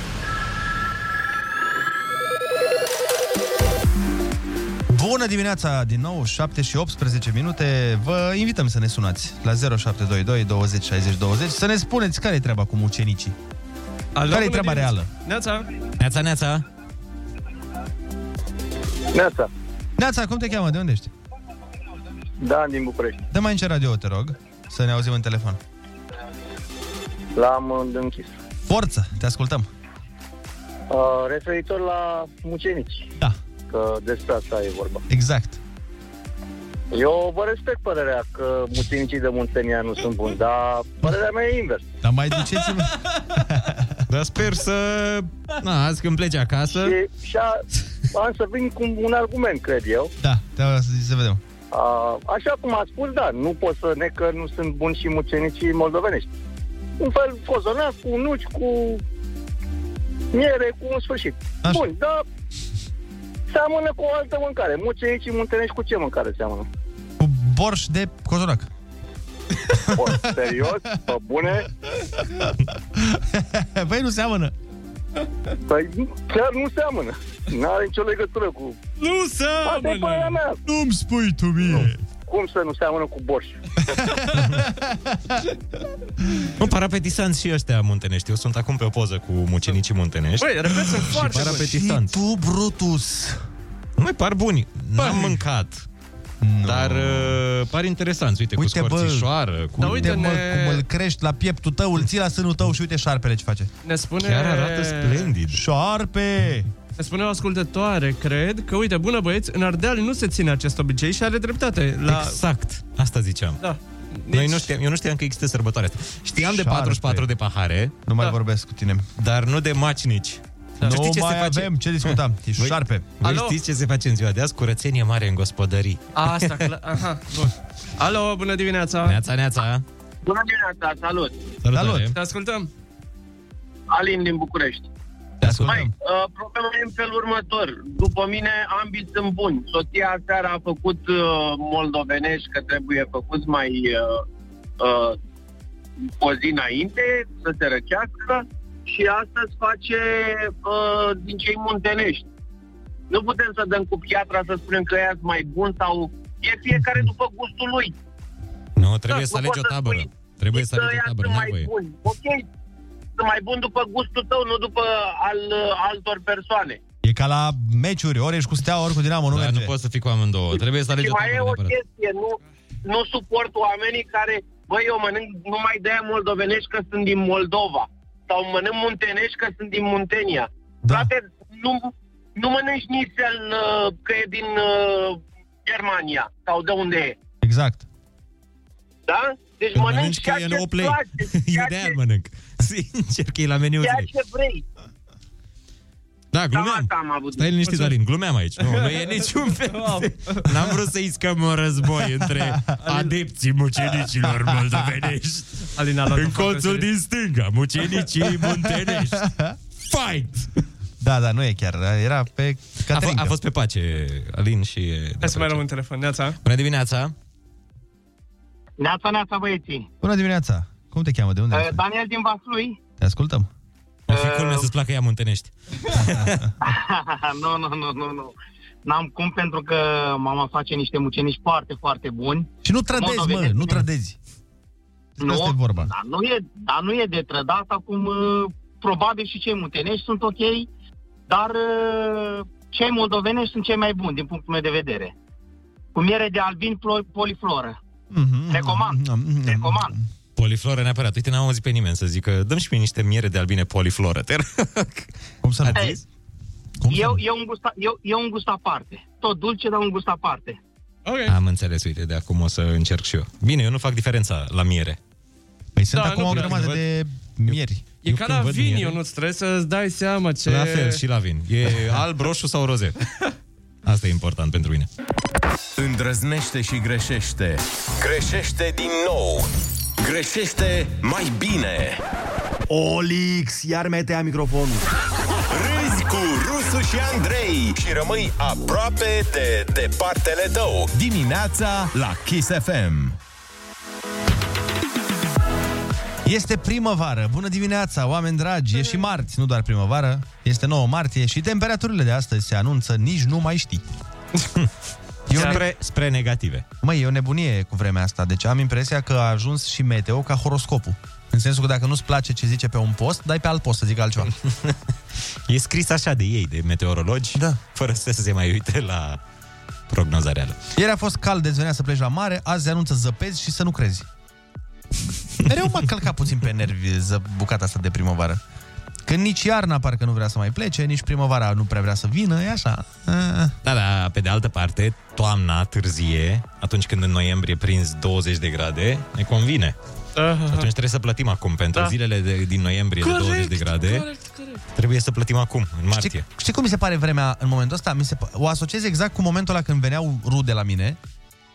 Bună dimineața din nou, 7 și 18 minute. Vă invităm să ne sunați la 0722 20 60 20 să ne spuneți care e treaba cu mucenicii. Alo, Care e bună treaba dimineața. reală? Neața. neața, neața. Neața, Neața, cum te cheamă? De unde ești? Da, Dan din București. Dă mai încet radio, te rog, să ne auzim în telefon. L-am închis. Forță, te ascultăm. Uh, referitor la mucenici, Da, că despre asta e vorba. exact. Eu vă respect părerea că mucenicii de Muntenia nu sunt buni, dar părerea mea e invers. Dar mai duceți-vă... Dar sper să... Na, azi când pleci acasă... Și, și a, am să vin cu un argument, cred eu. Da, da, să, să vedem. A, așa cum a spus, da, nu pot să ne că nu sunt buni și mucenicii moldovenești. Un fel cozonac, cu nuci, cu miere, cu un sfârșit. Așa. Bun, dar seamănă cu o altă mâncare. Mucenicii muntenești cu ce mâncare seamănă? Borș de cozonac. Bun, serios? Pe bune? <laughs> Băi, nu seamănă. Păi chiar nu seamănă. N-are nicio legătură cu... Nu Asta e părerea mea. Nu-mi spui tu mie. Cum să nu seamănă cu <laughs> borș? Nu, parapetisanți și ăștia muntenești. Eu sunt acum pe o poză cu mucenicii muntenești. Băi, repet, sunt și foarte buni. parapetisanți. Și tu, Brutus. Nu par buni. N-am mâncat. Dar uh, par interesanți, uite, Uite, uite cu bă, scorțișoară, cu... Cu, da, uite mă, cum îl crești la pieptul tău, îl ții la sânul tău și uite șarpele ce face. Ne spune... Chiar arată splendid. Șarpe! Ne spune o ascultătoare, cred, că uite, bună băieți, în Ardeal nu se ține acest obicei și are dreptate. La... Exact, asta ziceam. Da. Noi nu știam, eu nu știam că există sărbătoarea asta. Știam de Șarpe. 44 de pahare, Nu mai vorbesc cu tine. dar nu de macinici. Da. Tu Nu știi ce mai se face? avem, ce discutam? Da, E Voi- șarpe. Voi Alo? știți ce se face în ziua de azi? Curățenie mare în gospodării. Asta, cla- aha, bun. Alo, bună dimineața! Neața, neața! <laughs> Bună dimineața, salut! Salutare! Salut. Te ascultăm! Alin din București. Te ascultăm. Mai, uh, problema e în felul următor. După mine, ambii sunt buni. Soția seara a făcut uh, moldovenești, că trebuie făcut mai uh, uh, o zi înainte să se răcească și astăzi face uh, din cei muntenești. Nu putem să dăm cu piatra să spunem că ea mai bun sau e fiecare după gustul lui. Nu, trebuie Da, să nu alegi o poți să tabără. spui Trebuie să Că alegi ea o tabără, sunt n-ai mai voie. bun. Ok, sunt mai bun după gustul tău, nu după al altor persoane. E ca la meciuri, ori ești cu steaua, ori cu dinamo, nu Dar Da, nu merge. poți să fii cu amândouă. Trebuie să alegi Și o mai tabără e o neapărat. chestie, nu, nu suport oamenii care, băi, eu mănânc numai de aia moldovenești că sunt din Moldova. Sau mănânc muntenești că sunt din Muntenia. Da. Frate, nu, nu mănânci nițel uh, că e din uh, Germania sau de unde e. Exact. Da? Deci Când mănânci mănânci că ceea e ce în îți oplei. place, <laughs> Eu ceea de ce, aia mănânc. <laughs> Sincer că e la meniul ceea zilei. ce vrei. Da, Cam glumeam. asta am avut. Stai liniștit, Alin, glumeam aici. Deci, Nu, <laughs> nu e niciun fel. de- N-am vrut să iscăm un război <laughs> între adepții mucenicilor moldovenești. Alina a luat În colțul din stânga, <laughs> mucenicii muntenești. Fight! Da, da, nu e chiar. Era pe A, f- Caterinca. a fost pe pace, Alin și... Hai să mai luăm un telefon, neața. Bună dimineața! Neața, neața, băieții. Bună dimineața. Cum te cheamă? De unde Uh, ești? Daniel din Vaslui. <laughs> <laughs> Te ascultăm. O fi culmea să-ți placă ea muntenești. nu, nu, nu, nu, nu. N-am cum pentru că mama face niște mucenici foarte, foarte buni. Și nu trădezi, mă, Moldoveni. nu trădezi. Despre asta e vorba. Dar nu e, dar nu e de trădat acum. uh, Probabil și cei muntenești sunt ok, dar uh, cei moldovenești sunt cei mai buni din punctul meu de vedere. Cu miere de albin plo- polifloră. Mhm. Recomand. Recomand. Polifloră neapărat. Uite, n-am auzit pe nimeni să zică dăm și mie niște miere de albine polifloră, te rog. Cum să nu? Ați Ei, zis? Cum să Eu, nu? eu, un gust, eu, eu un gust aparte. Tot dulce, dar un gust aparte. Ok. Am înțeles, uite, de acum o să încerc și eu. Bine, eu nu fac diferența la miere. Păi sunt Da, acum nu o prea, grămadă văd. de mieri. E Eu ca când la văd vin, miere- eu nu trebuie să-ți dai seama ce... La fel și la vin. <laughs> E alb, roșu sau roze. Asta e important pentru mine. Îndrăznește și greșește. Greșește din nou. Greșește Mai bine. Olix, iar mi-ai tăiat microfonul. Râzi cu Rusu și Andrei și rămâi aproape de departele tău. Dimineața la Kiss FM. Este primăvară. Bună dimineața, oameni dragi. E și marți, nu doar primăvară. Este 9 martie și temperaturile de astăzi se anunță, nici nu mai <laughs> știi. E o, ne- Spre, spre negative. măi, e o nebunie cu vremea asta. Deci am impresia că a ajuns și meteo ca horoscopul. În sensul că dacă nu-ți place ce zice pe un post, dai pe alt post să zică altceva. <laughs> E scris așa de ei, de meteorologi, Da. fără să se mai uite la prognoza reală. Ieri a fost cald, deci venea să pleci la mare, azi se anunță zăpezi și să nu crezi. Mereu m-a călcat puțin pe nervi ză, bucata asta de primăvară. Că nici iarna parcă nu vrea să mai plece, nici primăvara nu prea vrea să vină, e așa. Ah. Da, da, pe de altă parte, toamna târzie, atunci când în noiembrie prins 20 de grade, ne convine. Și atunci trebuie să plătim acum pentru Da. zilele de, din noiembrie de 20 de grade. Trebuie să plătim acum, în martie. Știi, știi cum mi se pare vremea în momentul ăsta? Mi se, pa- o asociez exact cu momentul ăla când veneau rude la mine,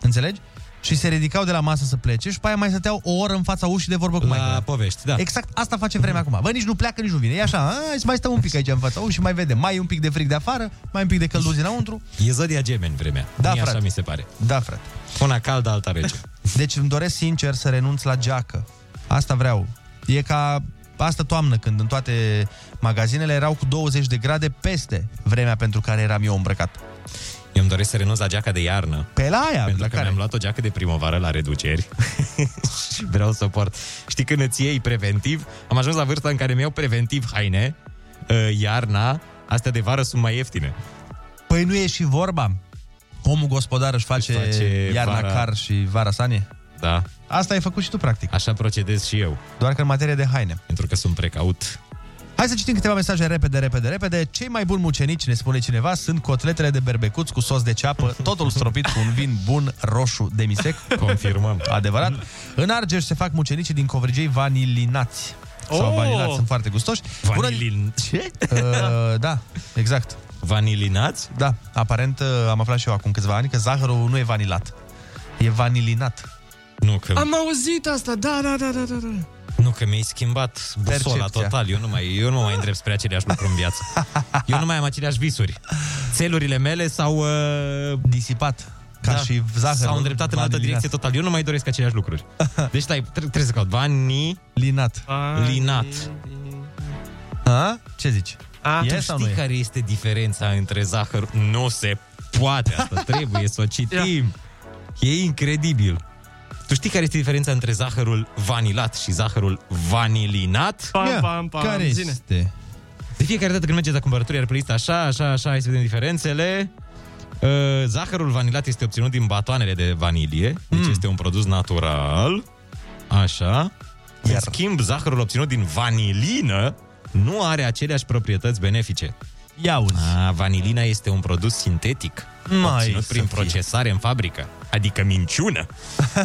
înțelegi? Și se ridicau de la masă să plece și pe aia mai stăteau o oră în fața ușii de vorbă cu La maică. povești, da. Exact asta face vremea acum. Bă, nici nu pleacă, nici nu vine. E așa, a, hai să mai stăm un pic aici în fața ușii, mai vedem. Mai e un pic de fric de afară, mai e un pic de căldură dinăuntru. E zodia gemeni vremea. Da, Mie frate. așa mi se pare. Da, frate. Una caldă, alta rece. Deci îmi doresc sincer să renunț la geacă. Asta vreau. E ca asta toamnă, când în toate magazinele erau cu 20 de grade peste vremea pentru care eram eu îmbrăcat. Eu îmi doresc să renunț la geaca de iarnă. Pe la aia, Pentru la că care? mi-am luat o geacă de primăvară la <laughs> reduceri și vreau să o port. Știi când îți iei preventiv? Am ajuns la vârsta în care mi-au preventiv haine, uh, iarna, astea de vară sunt mai ieftine. Păi nu e și vorba. Omul gospodar își face, Își face iarna vara- car și vara sanie? Da. Asta ai făcut și tu, practic. Așa procedez și eu. Doar că în materie de haine. Pentru că sunt precaut. Hai să citim câteva mesaje repede, repede, repede. Cei mai buni mucenici, ne spune cineva, sunt cotletele de berbecuți cu sos de ceapă, totul stropit cu un vin bun roșu de misec. Confirmăm. Adevărat. În Argeș se fac mucenicii din covrigei vanilinați. Sau Oh! vanililați, sunt foarte gustoși. Vanilin... Ce? Uh, da, exact. Vanilinați? Da, aparent uh, am aflat și eu acum câțiva ani că zahărul nu e vanilat. E vanilinat. Nu că, Am auzit asta, da, da, da, da, da. da. nu că mi-ai schimbat busola Percepția. total. Eu nu, mai, eu nu mă mai îndrept spre aceleași lucruri în viață. Eu nu mai am aceleași visuri. Țelurile mele s-au... Uh, Da. Disipat. Ca și zahărul S-au îndreptat în altă vanilinat. direcție total. Eu nu mai doresc aceleași <laughs> lucruri. Deci stai, tre- trebuie să caut. Vani... Linat. Linat. A? Ce zici? A, E tu sau știi nu e? care este diferența între zahăr? Nu se poate <laughs> asta. Trebuie să o citim. E incredibil. Tu știi care este diferența între zahărul vanilat și zahărul vanilinat? Pam, Ia, pam, pam, care zine. este? De fiecare dată când mergeți la cumpărături, iar pe lista așa, așa, așa, hai să vedem diferențele. Uh, Zahărul vanilat este obținut din batoanele de vanilie, Mm. deci este un produs natural. Așa. Iar... În schimb, zahărul obținut din vanilină nu are aceleași proprietăți benefice. Ia uzi. A, vanilina este un produs sintetic, Mai obținut să prin fie. procesare în fabrică. Adică minciună.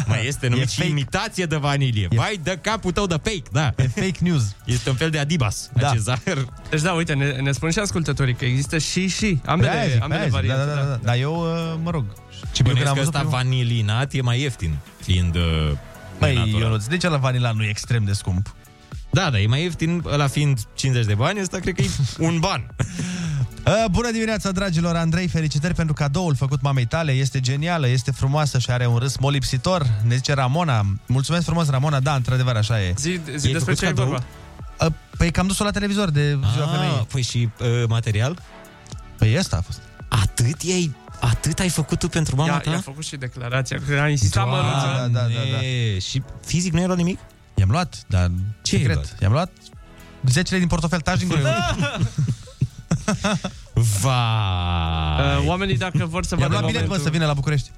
Mai este numit și imitație de vanilie. Vai de capul tău de fake, da. E fake news. Este un fel de Adibas. Da. Acest zahăr Deci da, uite, ne, ne spun și ascultătorii că există și și Pe aia ambele, zic, pe ambele aia zic, variante. Da, da, da, da. Dar eu, uh, mă rog, Și eu când bănuiesc am că văzut ăsta primul- vanilinat e mai ieftin, fiind uh, Păi, nenatural. Ionuț, de ce la vanila nu e extrem de scump? Da, da, e mai ieftin, ăla fiind 50 de bani, ăsta cred <laughs> că e un ban. Uh, Bună dimineața, dragilor! Andrei, felicitări pentru cadoul făcut mamei tale. Este genială, este frumoasă și are un râs molipsitor. Ne zice Ramona. Mulțumesc frumos, Ramona. Da, într-adevăr, așa e. Zi, zi despre ce e vorba. Uh, Păi că am dus-o la televizor de ziua femeii. Păi și uh, material? Păi ăsta a fost. Atât ei, atât ai făcut tu pentru mama Ia, ta? i-a făcut și declarația, că a insistat Doamne, măruță. da, Și fizic nu era nimic? I-am luat, dar Ce secret. ai luat? I-am luat 10 lei din portofel, taci din gură. <laughs> Da. Va. Uh, oamenii, dacă vor să I-am vadă luat bilet, mă, momentul, să vină la București.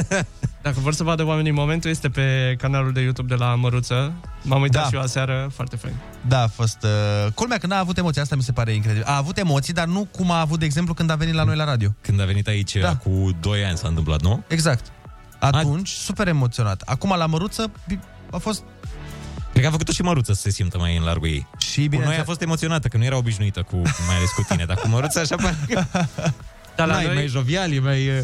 <laughs> dacă vor să vadă oamenii momentul, este pe canalul de YouTube de la Măruță. M-am uitat Da. și eu aseară, foarte fain. Da, a fost... Uh, culmea că n-a avut emoții, asta mi se pare incredibil. A avut emoții, dar nu cum a avut, de exemplu, când a venit la noi la radio. Când a venit aici, da. cu 2 ani s-a întâmplat, nu? Exact. Atunci, super emoționat. Acum, la măruță, bi- a fost... Cred că a făcut-o și Măruță să se simtă mai în largul ei. Și Cu noi bineînțeles- a fost emoționată, că nu era obișnuită cu, mai ales cu tine, dar cu Măruță așa pare <laughs> că... Dar la N-ai, noi- mai jovial, e mai... uh,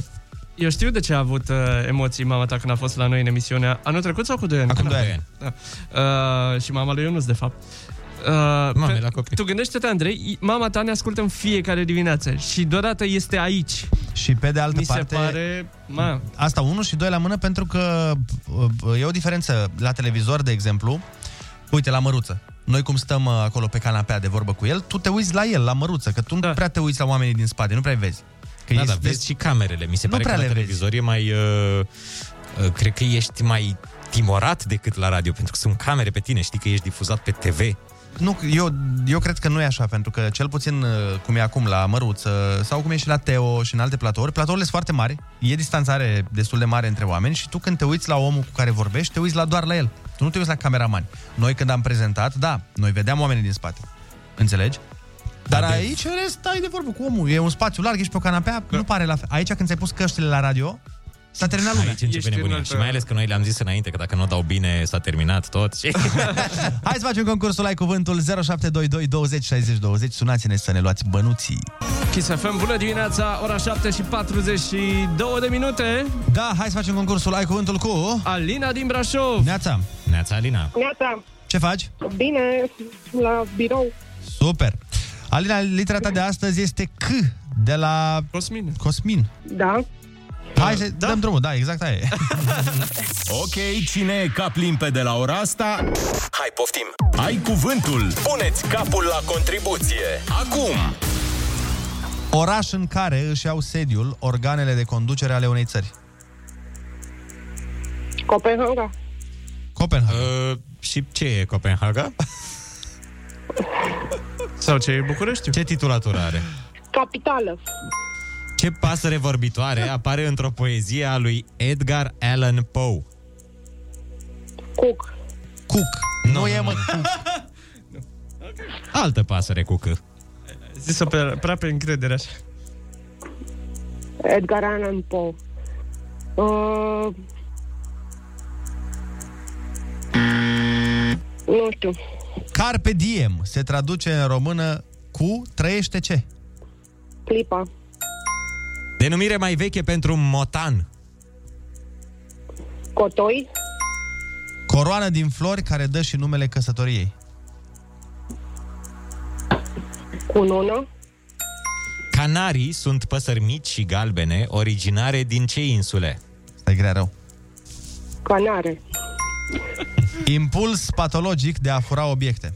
Eu știu de ce a avut uh, emoții mama ta când a fost la noi în emisiunea anul trecut sau cu 2 ani? Acum doi ani. Da. Uh, și mama lui Ionuț, de fapt. Uh, Mame, la copii. Tu gândește-te, Andrei, mama ta ne ascultă în fiecare dimineață și deodată este aici. Și pe de altă Mi parte... se pare... Ma, Asta unul și doi la mână pentru că uh, e o diferență la televizor, de exemplu. Uite, la măruță. Noi cum stăm uh, acolo pe canapea de vorbă cu el, tu te uiți la el, la măruță, că tu Da. nu prea te uiți la oamenii din spate, nu prea vezi. Că da, ei da, sunt- vezi și camerele. Mi se Nu pare că prea la le vezi. televizor e mai... Uh, uh, cred că ești mai timorat decât la radio, pentru că sunt camere pe tine, știi că ești difuzat pe TV. Nu, eu, eu cred că nu e așa, pentru că cel puțin uh, cum e acum la Măruță sau cum e și la Teo și în alte platouri, platourile sunt foarte mari, e distanțare destul de mare între oameni și tu când te uiți la omul cu care vorbești, te uiți la doar la el. Tu nu te uiți la cameraman. Noi când am prezentat, da, noi vedeam oamenii din spate. Înțelegi? Dar Da, de- aici, deci- în rest, stai de vorbă cu omul. E un spațiu larg, ești pe o canapea, nu pare la fel. Aici, când ți-ai pus căștile la radio, s-a terminat lumea. Aici începe nebunia. Și mai ales că noi le-am zis înainte că dacă nu dau bine, s-a terminat tot. Și... Hai să facem concursul Ai Cuvântul 0722 20 60 20. Sunați-ne să ne luați bănuții. Kiss FM, bună dimineața, ora 7 și 42 de minute. Da, hai să facem concursul Ai Cuvântul cu... Alina din Brașov. Neața. Da. Neața, Alina. Neața. Ce faci? Bine, la birou. Super. Alina, litera ta de astăzi este C de la... Cosmin. Cosmin. Da. Hai să da? dăm drumul, da, exact aia e. Ok, cine e cap limpede la ora asta? Hai, poftim! Ai cuvântul! Puneți capul la contribuție! Acum! Oraș în care își au sediul organele de conducere ale unei țări. Copenhaga. <laughs> Copenhaga. Uh, și ce e Copenhaga? Sau ce e București? Ce titulatură are? Capitală. Ce pasăre vorbitoare apare într-o poezie a lui Edgar Allan Poe? Cook. Cook. Nu, nu e, mă, Altă pasăre cu C. Zis-o pe, prea pe încredere așa. Edgar Allan Poe. Uh, nu știu. Carpe diem se traduce în română cu trăiește ce? Clipa. Denumire mai veche pentru motan. Cotoi. Coroană din flori care dă și numele căsătoriei. Cunună. Canarii sunt păsări mici și galbene, originare din ce insule? Stai grea rău. Canare. Impuls patologic de a fura obiecte.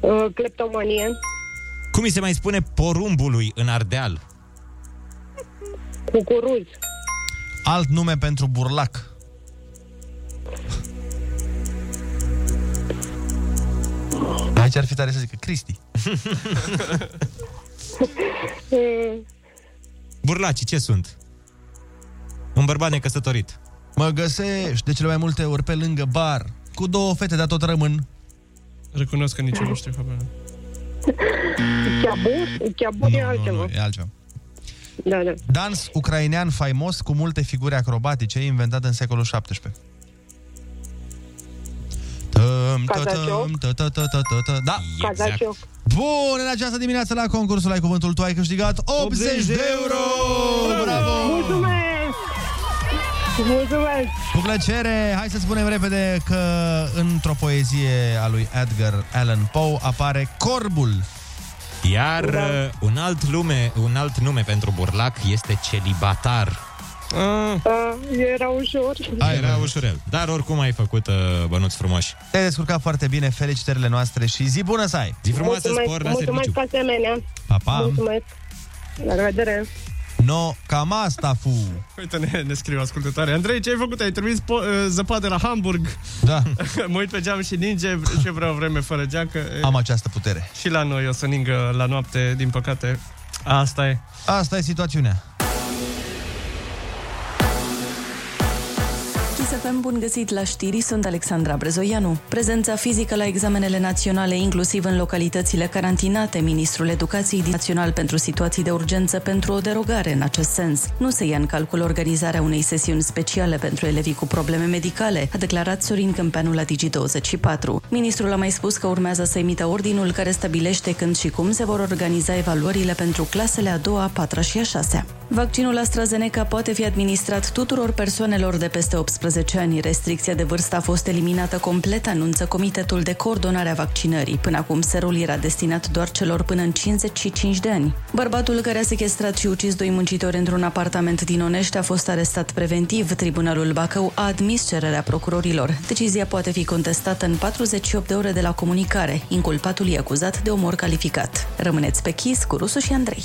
Uh, cleptomanie. Cum îi se mai spune porumbului în Ardeal? Cucuruz. Alt nume pentru burlac. Aici ar fi tare să zică <laughs> Cristi. Uh, Burlacii ce sunt? Un bărbat necăsătorit. Mă găsești de cele mai multe ori pe lângă bar, cu două fete, dar tot rămân. Recunosc că nici eu nu știu habar. Chiabur. Chiabur e altceva. E altceva. Da, da. Dans ucrainean faimos cu multe figuri acrobatice inventat în secolul XVII. Tăm, tăm, Kazachok. tăm, tăm, tăm, tăm, tăm. Da. Exact. Cazacioc. Bun, în această dimineață la concursul Ai Cuvântul Tu ai câștigat 80 de euro! Bravo! Mulțumesc! Mulțumesc! Cu plăcere! Hai să spunem repede că într-o poezie a lui Edgar Allan Poe apare corbul. Iar da. un, alt lume, un alt nume pentru burlac este celibatar. Uh, era ușor. Ai, Era ușurel. Dar oricum ai făcut uh, bănuți frumoși. Te-ai descurcat foarte bine, felicitările noastre și zi bună să ai! Zi frumoasă, spor la serviciu. Mulțumesc asemenea. Pa, pa! Mulțumesc. La revedere. No, cam asta fu! Uite, ne, ne scriu ascultătoare. Andrei, ce ai făcut? Ai trimis po- uh, zăpadă la Hamburg? Da. <laughs> mă uit pe geam și ninge și eu vreau vreme fără geacă. Am această putere. Și la noi o să ningă la noapte, din păcate. Asta e. Asta e situațiunea. Chisafem, bun găsit la știri, sunt Alexandra Brezoianu. Prezența fizică la examenele naționale, inclusiv în localitățile carantinate, ministrul Educației din Național pentru Situații de Urgență pentru o derogare în acest sens. Nu se ia în calcul organizarea unei sesiuni speciale pentru elevii cu probleme medicale, a declarat Sorin Câmpeanu la Digi24. Ministrul a mai spus că urmează să emită ordinul care stabilește când și cum se vor organiza evaluările pentru clasele a doua, a patra și a șasea. Vaccinul AstraZeneca poate fi administrat tuturor persoanelor de peste 18 ani. Restricția de vârstă a fost eliminată complet, anunță Comitetul de Coordonare a Vaccinării. Până acum, serul era destinat doar celor până în 55 de ani. Bărbatul care a sechestrat și ucis doi muncitori într-un apartament din Onești a fost arestat preventiv. Tribunalul Bacău a admis cererea procurorilor. Decizia poate fi contestată în 48 de ore de la comunicare. Inculpatul e acuzat de omor calificat. Rămâneți pe chis cu Rusu și Andrei.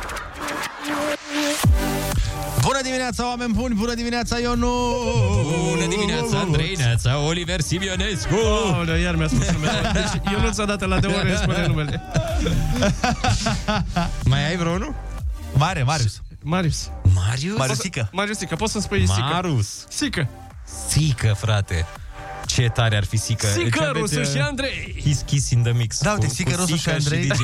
Bună dimineața, oameni buni! Bună dimineața, Ionu! Bună dimineața, Andrei Neața, Oliver Simionescu! Aoleu, iar mi-a spus numele. Deci eu nu ți-a dat la de ore, îmi spune numele. Mai ai vreo unul? Mare, Marius. Marius. Marius? Mariusică. Mariusică, poți să-mi spui Sică. Marius. Sică. Sică, frate. Ce tare ar fi Sică. Sică, Deci aveți, Rusu uh, și Andrei. Kiss, kiss in the mix. Da, uite, Cu- Sică, cu Rusu și Andrei. <laughs> DJ.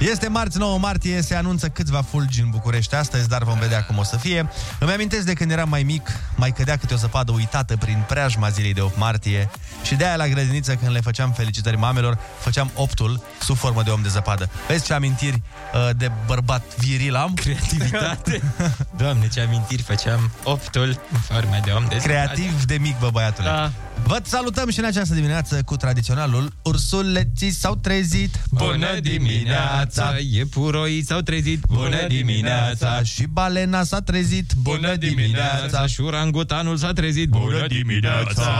Este marți, 9 martie, se anunță câțiva fulgi în București astăzi, dar vom vedea cum o să fie. Îmi amintesc de când eram mai mic, mai cădea câte o zăpadă uitată prin preajma zilei de 8 martie și de aia la grădiniță când le făceam felicitări mamelor, făceam optul sub formă de om de zăpadă. Vezi ce amintiri uh, de bărbat viril am? Creativitate. <laughs> Doamne, ce amintiri făceam. Optul în forma de om Deci, adică- de Creativ de mic, bă, băiatule. Da. Vă salutăm și în această dimineață cu tradiționalul Ursuleții s-au trezit Bună dimineața, iepuroii s-au trezit Bună dimineața Și balena s-a trezit Bună dimineața Și urangutanul s-a trezit Bună dimineața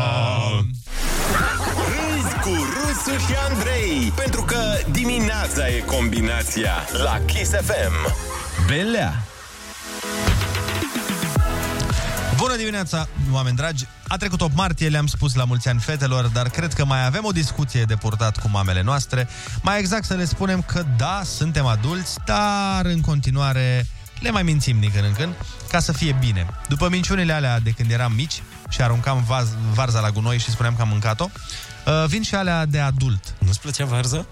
Râzi cu Rusu și Andrei Pentru că dimineața e combinația La Kiss FM Belea Bună dimineața, oameni dragi! A trecut 8 martie, le-am spus la mulți ani fetelor, dar cred că mai avem o discuție de purtat cu mamele noastre. Mai exact să le spunem că da, suntem adulți, dar în continuare le mai mințim din când în când, ca să fie bine. După minciunile alea de când eram mici și aruncam vaz, varza la gunoi și spuneam că am mâncat-o, uh, vin și alea de adult. Nu-ți plăcea varza?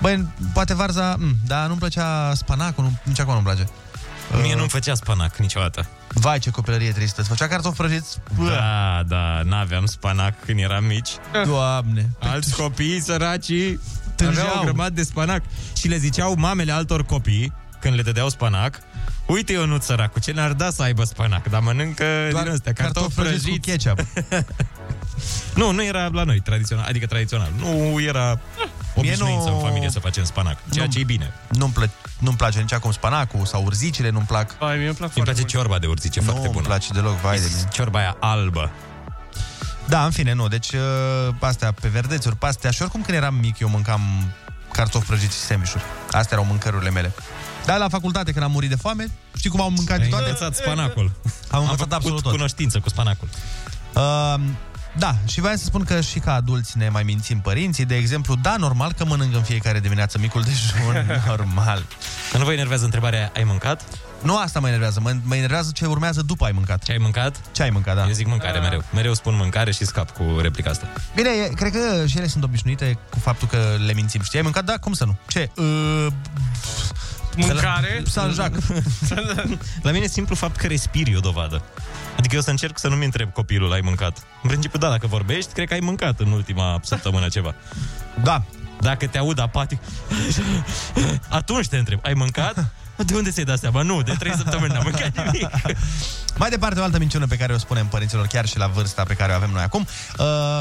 Băi, poate varza, mm, dar nu-mi plăcea spanacul, nu, nici acum nu-mi place. Mie nu-mi făcea spanac niciodată Vai, ce copilărie tristă, îți făcea cartofi prăjiți? Da, da, n-aveam spanac când eram mici Doamne Alți copii săracii Tângeau. Aveau o grămadă de spanac Și le ziceau mamele altor copii Când le dădeau spanac Uite eu nu săracu, ce n-ar da să aibă spanac Dar mănâncă Doar din astea, cartofi cartofi prăjiți cu prăjiți ketchup. <laughs> Nu, nu era la noi tradițional, adică tradițional. Nu era obișnuință nu- în familie să facem spanac, ceea ce e bine. Nu-mi, plă- nu-mi place nici acum spanacul sau urzicile, nu-mi plac. Ai, mie îmi plac Îmi place ciorba de urzice, nu foarte bună. Nu-mi place deloc, vai de mine. Ciorba aia albă. Da, în fine, nu. Deci, uh, astea pe verdețuri, pe astea și oricum când eram mic eu mâncam cartofi prăjiți și semișuri. Astea erau mâncărurile mele. Dar la facultate, când am murit de foame, știi cum am mâncat de Ai toate? învățat spanacul. Am Am învățat făcut absolut tot. cunoștință cu spanacul. Uh, da, și vreau să spun că și ca adulți ne mai mințim părinții. De exemplu, da, normal că mănânc în fiecare dimineață micul <laughs> dejun, normal. Că nu vă enervează întrebarea, ai mâncat? Nu asta mă enervează, mă, mă enervează ce urmează după ai mâncat. Ce ai mâncat? Ce ai mâncat, da. Eu zic mâncare mereu. Mereu spun mâncare și scap cu replica asta. Bine, e- cred că și ele sunt obișnuite cu faptul că le mințim. Știi, ai mâncat? Da, cum să nu? Ce? Uh, Mâncare? San Jacques. <laughs> La mine simplu fapt că respiri e o dovadă. Adică eu să încerc să nu-mi întreb copilul, ai mâncat? În principiu, da, dacă vorbești, cred că ai mâncat în ultima săptămână ceva. Da. Dacă te aud apatic, <laughs> atunci te întreb, ai mâncat? De unde ți-ai dat seama? Nu, de trei săptămâni n-am mâncat nimic. Mai departe, o altă minciună pe care o spunem părinților chiar și la vârsta pe care o avem noi acum. Uh,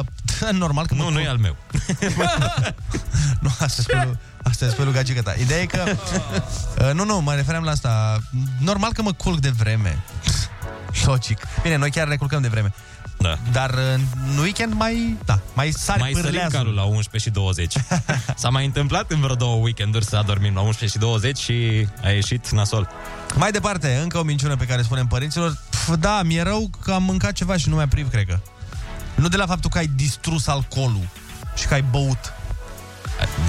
<laughs> normal că... Nu, nu e al meu. <laughs> nu, asta spui, asta spui lui gagică ta. Ideea e că... Uh, nu, nu, mă refeream la asta. Normal că mă culc de vreme. <laughs> Logic. Bine, noi chiar ne culcăm de vreme. Da. Dar uh, în weekend mai... Da, mai sari Mai sărim pârlează. calul la 11 <laughs> și 20. S-a mai întâmplat în vreo două weekenduri să adormim la 11 și 20 și a ieșit nasol. Mai departe, încă o minciună pe care o spunem părinților. Pf, da, mi-e rău că am mâncat ceva și nu mi-a priv, cred că. Nu de la faptul că ai distrus alcoolul și că ai băut.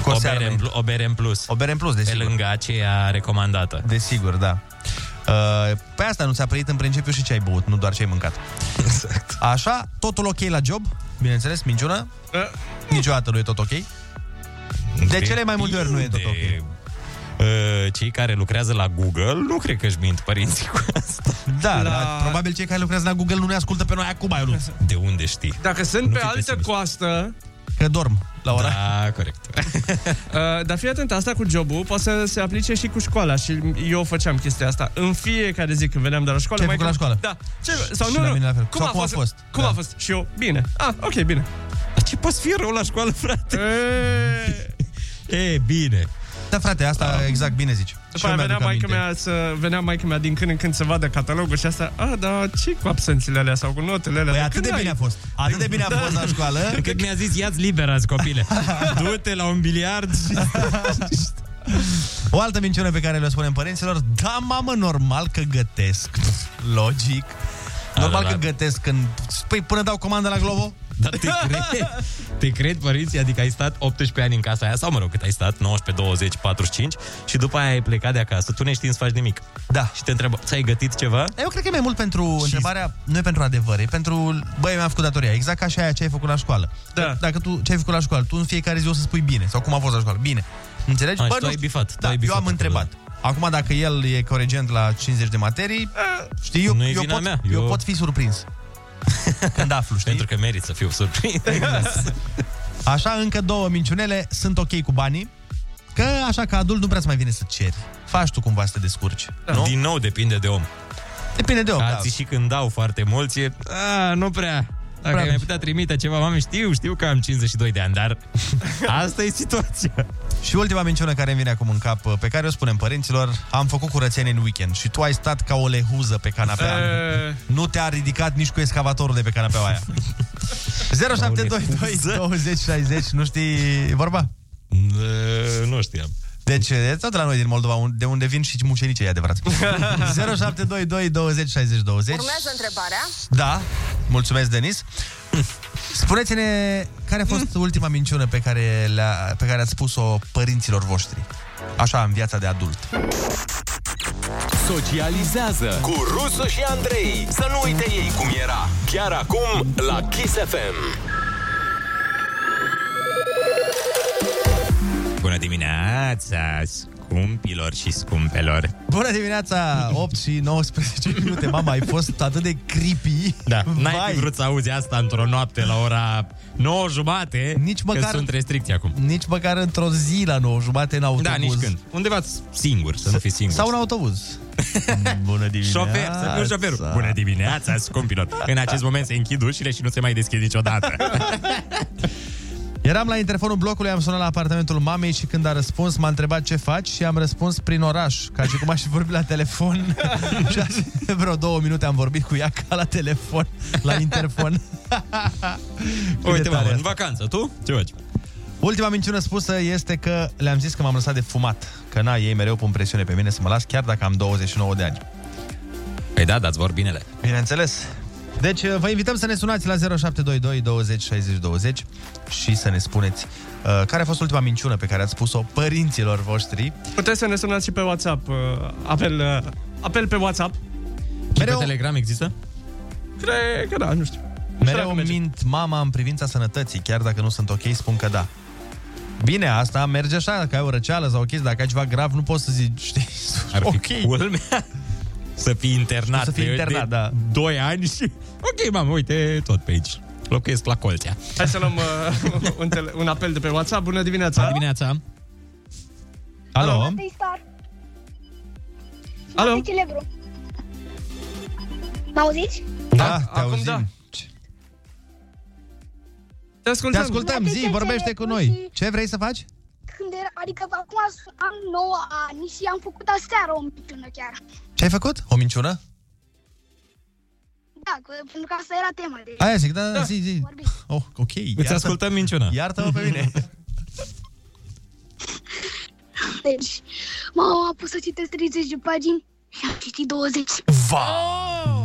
Cu o O seară bere, în, înainte. plu- o bere în plus. O bere în plus, desigur. Pe lângă aceea recomandată. Desigur, da. Uh, Pe asta nu ți-a prăit în principiu și ce ai băut, nu doar ce ai mâncat. Exact. Așa, totul ok la job, bineînțeles, minciună. Da. Niciodată nu e tot ok. De cele mai multe ori nu e tot ok. Cei care lucrează la Google nu cred că își mint părinții cu asta. Da, la... Dar, probabil cei care lucrează la Google nu ne ascultă pe noi acum, Ionuț. De unde știi? Dacă sunt pe altă coastă... Că dorm la ora. Da, <laughs> corect. Uh, dar fii atent, asta cu jobul poate să se aplice și cu școala și eu făceam chestia asta. În fiecare zi când veneam de la școală... Ce ai mai făcut la școală? Da. Ce, sau Și nu, la nu. mine la fel. Cum, Sau a, fost? Cum Da. a fost? Și eu, bine. Ah, ok, bine. Dar ce poți fi rău la școală, frate? <laughs> E, bine. Da, frate, asta exact bine zici. După aia venea maica mea, să, venea maica mea din când în când să vadă catalogul și asta, a, da, ce cu absențele alea sau cu notele alea? Păi atât de bine a fost. Atât de bine a fost la școală. <laughs> Cât mi-a zis, ia-ți liber azi, copile. Du-te la un biliard și... O altă minciună pe care le-o spunem părinților, da, mamă, normal că gătesc. Logic. Normal că gătesc când... Păi până dau comandă la Glovo? Da, te cred. Te cred, părinții? Adică ai stat 18 ani în casa aia, sau mă rog, cât ai stat, 19, 20, 45, și după aia ai plecat de acasă. Tu ne știi să faci nimic. Da. Și te întreabă, ți-ai gătit ceva? Eu cred că e mai mult pentru și... întrebarea, nu e pentru adevăr, e pentru, băi, mi-am făcut datoria, exact ca și aia ce ai făcut la școală. Da. Dacă tu ce ai făcut la școală, tu în fiecare zi o să spui bine, sau cum a fost la școală, bine. Înțelegi? A, și Bă, tu nu ai știu. bifat, tu Da, ai bifat eu am acolo, întrebat. Acum, dacă el e coregent la 50 de materii, știi, eu, Nu e eu, Eh, vina pot, mea, eu... eu- pot fi <laughs> surprins. Când aflu, știi? Pentru că merit să fiu surprins. <laughs> Așa, încă două minciunele, sunt ok cu banii, că așa ca adult nu prea ți mai vine să ceri. Faci tu cumva să te descurci. Da. Nu? Din nou depinde de om. Depinde de om, da. Alții și când dau foarte mulți, e, a, nu prea. Dacă Prea mi-ai putea trimite ceva, mami, știu, știu că am 52 de ani, <laughs> dar asta e situația. Și ultima minciună care îmi vine acum în cap, pe care o spunem părinților, am făcut curățenie în weekend și tu ai stat ca o lehuză pe canapea. E. Nu te-a ridicat nici cu escavatorul de pe canapea <laughs> aia. 0722 20 60, nu știi vorba? Nu știam. Deci, e tot de la noi din Moldova, un- de unde vin și mucenicii, e <laughs> adevărat. 0722 20 60 20. Urmează întrebarea. Da, mulțumesc, Denis. Spuneți-ne care a fost ultima minciună pe care, le-a, pe care ați spus-o părinților voștri. Așa, în viața de adult. Socializează cu Rusu și Andrei. Să nu uite ei cum era. Chiar acum la Kiss FM. Bună dimineața, scumpilor și scumpelor. Bună dimineața, 8 și 19 minute. Mama, ai fost atât de creepy. Da, n-ai Vai. fi vrut să auzi asta într-o noapte la ora 9 jumate, Nici măcar- că sunt restricții acum. Nici măcar într-o zi la 9 jumate în autobuz. Da, nici când. Undeva singur, să nu fii singur. Sau în autobuz. <laughs> Bună dimineața. Șofer, să fiu șoferul. Bună dimineața, scumpilor. În acest moment se închid ușile și nu se mai deschid <laughs> niciodată. Eram la interfonul blocului, am sunat la apartamentul mamei și când a răspuns m-a întrebat ce faci și am răspuns prin oraș, ca și cum aș fi vorbit la <laughs> telefon. și azi, vreo două minute am vorbit cu ea ca la telefon, la <laughs> interfon. Cât de Uite, tare mă, în asta. vacanță, tu? Ce faci? Ultima minciună spusă este că le-am zis că m-am lăsat de fumat, că na, ei mereu pun presiune pe mine să mă las chiar dacă am 29 de ani. Păi da, dați vorbinele. Bineînțeles. Deci vă invităm să ne sunați la 0722 20 60 20 și să ne spuneți uh, care a fost ultima minciună pe care ați spus-o părinților voștri. Puteți să ne sunați și pe WhatsApp. uh, Apel, uh, apel pe WhatsApp. Mereu... pe Telegram există? Cred că da, nu știu. Mereu mint mama în privința sănătății, chiar dacă nu sunt ok, spun că da. Bine, asta merge așa, dacă ai o răceală sau o chestie, dacă ai ceva grav, nu poți să zici, <laughs> știi, Ar fi ok. culmea să fii internat, Să fii de- internat, de da. 2 ani și... Ok, mamă, uite, tot pe aici. Locuiesc la Colțea. Hai să luăm uh, <laughs> un, tele- un apel de pe WhatsApp. Bună dimineața! Bună dimineața! Alo? Alo? Celebru. Mă auziți? Da, te auzim. Da. Te ascultăm, te ascultăm zi, vorbește cu noi. Ce vrei să faci? Când era, adică acum am 9 ani și am făcut aseară o minciună chiar. Ce ai făcut? O minciună? Da, că, pentru că asta era tema de... Aia zic, da, da, da. zi, zi. Oh, ok. Iartă- ascultăm minciuna. Iartă-mă pe mine. <laughs> Deci, mama a pus să citesc 30 de pagini și am citit 20. Va! Oh!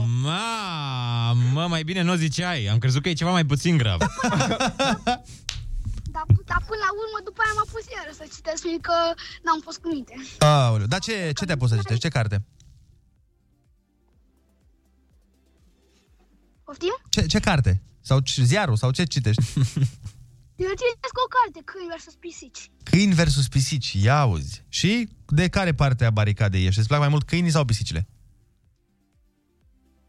Mamă, mai bine nu o ziceai. Am crezut că e ceva mai puțin <laughs> grav. Dar, dar până la urmă, după aia m-a pus iară să citesc, fiindcă n-am fost cu minte. Aoleu, dar ce, ce te-a pus să citești? Ce carte? Poftim? Ce, ce carte? Sau ce, ziarul? Sau ce <laughs> citești? Eu citesc o carte, Câini versus pisici. Câini versus pisici, ia auzi. Și de care parte a baricadei ești? Îți plac mai mult câinii sau pisicile?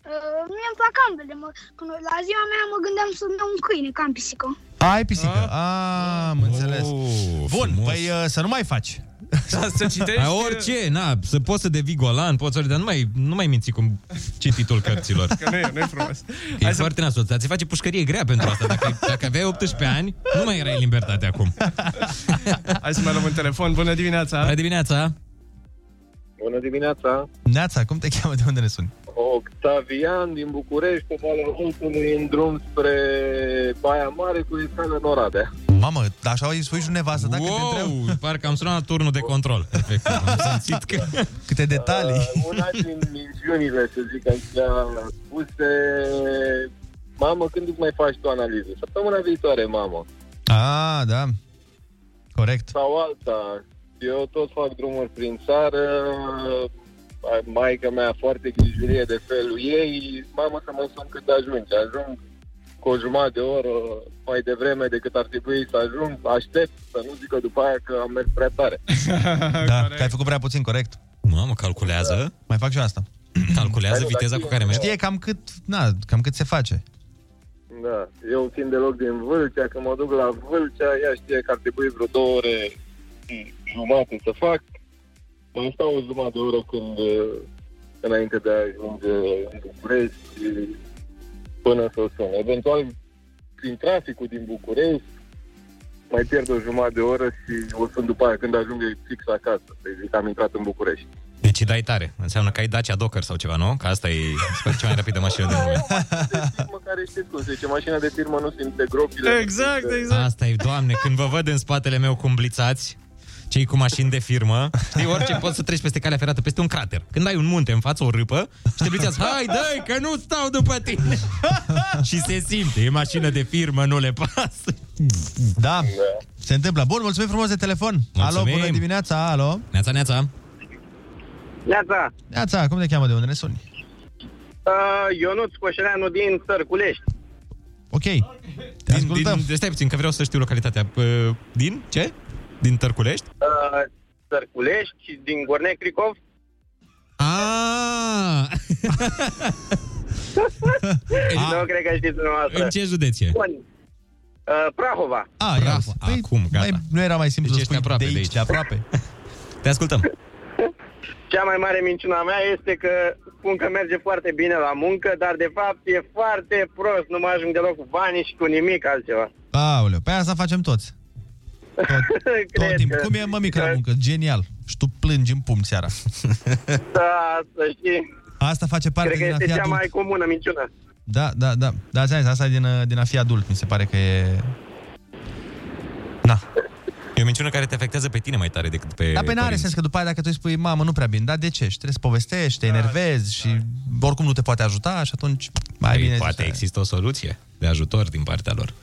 Uh, mie îmi plac ambele. Mă, când, la ziua mea mă gândeam să-mi dau un câine, ca în pisică. Ai pisică. Ah, am înțeles. Bun, Oh, frumos. păi uh, să nu mai faci. Da, Să citești... Ai orice, na, să poți să devii golan, poți să dar nu mai, nu mai minți cum cititul cărților. <laughs> Că nu e, nu e frumos. E Hai foarte nasol, dar ți face pușcărie grea pentru asta. Dacă, dacă aveai 18 ani, nu mai erai în libertate acum. Hai să mai luăm un telefon. Bună dimineața! Bună dimineața! Bună dimineața! Neața, cum te cheamă? De unde ne suni? Octavian din București, pe Valea Oltului, în drum spre Baia Mare cu Isana în Oradea. Mamă, dar așa îi spui și nevastă, dacă wow, te întreb. parcă am sunat la turnul de <laughs> control. Efectiv, am simțit că... Câte <laughs> detalii. Uh, <laughs> una din minciunile, să zic așa, spuse... Mamă, când îți mai faci tu analize? Săptămâna viitoare, mamă. A, da. Corect. Sau alta. Eu tot fac drumuri prin țară, maica mea foarte grijulie de felul ei, mamă să mă sun cât ajunge. Ajung cu o jumătate de oră mai devreme decât ar trebui să ajung, aștept să nu zică după aia că am mers prea tare. da, că ai făcut prea puțin corect. Mamă, calculează. Da. Mai fac și eu asta. <clears throat> Calculează viteza cu care mergi. Știe cam cât, na, cam cât se face. Da, eu fiind deloc din Vâlcea, când mă duc la Vâlcea, ea știe că ar trebui vreo două ore și jumate să fac. Mai stau o jumătate de oră când, înainte de a ajunge în București și până să sun. Eventual, prin traficul din București, mai pierd o jumătate de oră și o sun după aia când ajung eu fix acasă. Deci zic că am intrat în București. Deci îi dai tare. Înseamnă că ai Dacia Docker sau ceva, nu? Că asta e sper, cea mai rapidă mașină din <laughs> lume. Da, Firmă care știți cum se zice, mașina de firmă nu simte gropile. Exact, nu simte- Exact. Asta e, doamne, când vă văd în spatele meu cum blițați, cei cu mașini de <laughs> firmă, știi, orice poți să treci peste calea ferată, peste un crater. Când ai un munte în față, o râpă, și <laughs> te blițează, hai, dai, că nu stau după tine. și se simte, e mașină de firmă, nu le pasă. Da, se întâmplă. Bun, mulțumim frumos de telefon. Mulțumim. Alo, bună dimineața, alo. Neața, neața. Neața. Neața, cum te cheamă, de unde ne suni? Uh, Ionuț Coșereanu din Sărculești. Ok. Din, din, stai puțin, că vreau să știu localitatea. Pă, Din ce? Din Tărculești? Uh, Sărculești, din Gornei Cricov. Ah! Deci, Exact. nu cred că știți dumneavoastră. În ce județ e? Bun. Uh, <laughs> Prahova. Ah, ia, păi, Acum, gata. mai, nu era mai simplu Deci să ești spui aproape de de aici, aici. de aproape. <laughs> Te ascultăm. Cea mai mare minciuna mea este că spun că merge foarte bine la muncă, dar de fapt e foarte prost, nu mai ajung deloc cu banii și cu nimic altceva. Aoleu, pe asta facem toți. Tot <laughs> Cred timpul. că- Cum e mămică la muncă? Genial. Și tu plângi în pumn seara. Da, să știi. Asta face parte Cred că din a este fi cea adult. mai comună minciună. Da, da, da. Da, ți-am zis, asta e din, uh, din a fi adult. Mi se pare că e... Na. E o minciună care te afectează pe tine mai tare decât pe Dar pe n-are părinți. sens că după aia dacă tu îi spui, mamă, nu prea bine, dar de ce? Și trebuie să povestești, te Da, enervezi și oricum nu te poate ajuta și atunci mai Păi, bine... zici, poate "Hai." există o soluție de ajutor din partea lor.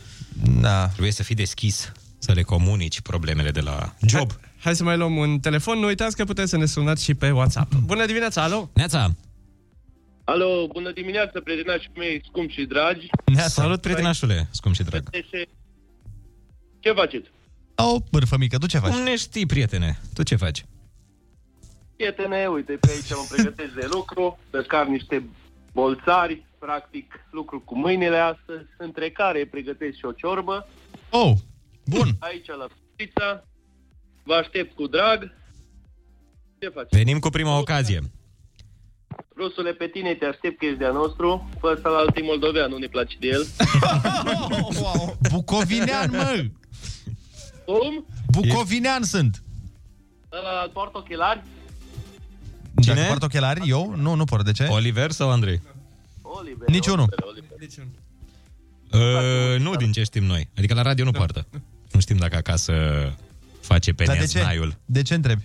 Da. Trebuie să fii deschis, să le comunici problemele de la job. Hai să mai luăm un telefon. Nu uitați că puteți să ne sunați și pe WhatsApp. Bună dimineața, alo! Neața! Alo, bună dimineața, prietenașii mei scumpi și dragi. Salut, prietenașule, scump și drag. Este- Ce faceți? O bârfă mică, tu ce faci? Cum ne știi, prietene? Tu ce faci? Prietene, uite, pe aici mă pregătesc de lucru, să scar niște bolțari, practic lucru cu mâinile astăzi, între care pregătesc și o ciorbă. Oh, bun! <laughs> Aici la pizza, vă aștept cu drag. Ce faci? Venim cu prima ocazie. Rusule, pe tine te aștept că ești de-a nostru, pe ăsta la alții moldovean, nu ne place de el. Bucovinean, <laughs> mă! Cum? Bucovinean sunt! Ăla poartă ochelari? Cine? Dacă port ochelari, eu? Nu, nu port. De ce? Oliver sau Andrei? Oliver. Niciunul. Niciunul. Uh, da. nu din ce știm noi. Adică la radio nu poartă. Nu știm dacă acasă face pe Dar de ce? neaznaiul. De ce întrebi?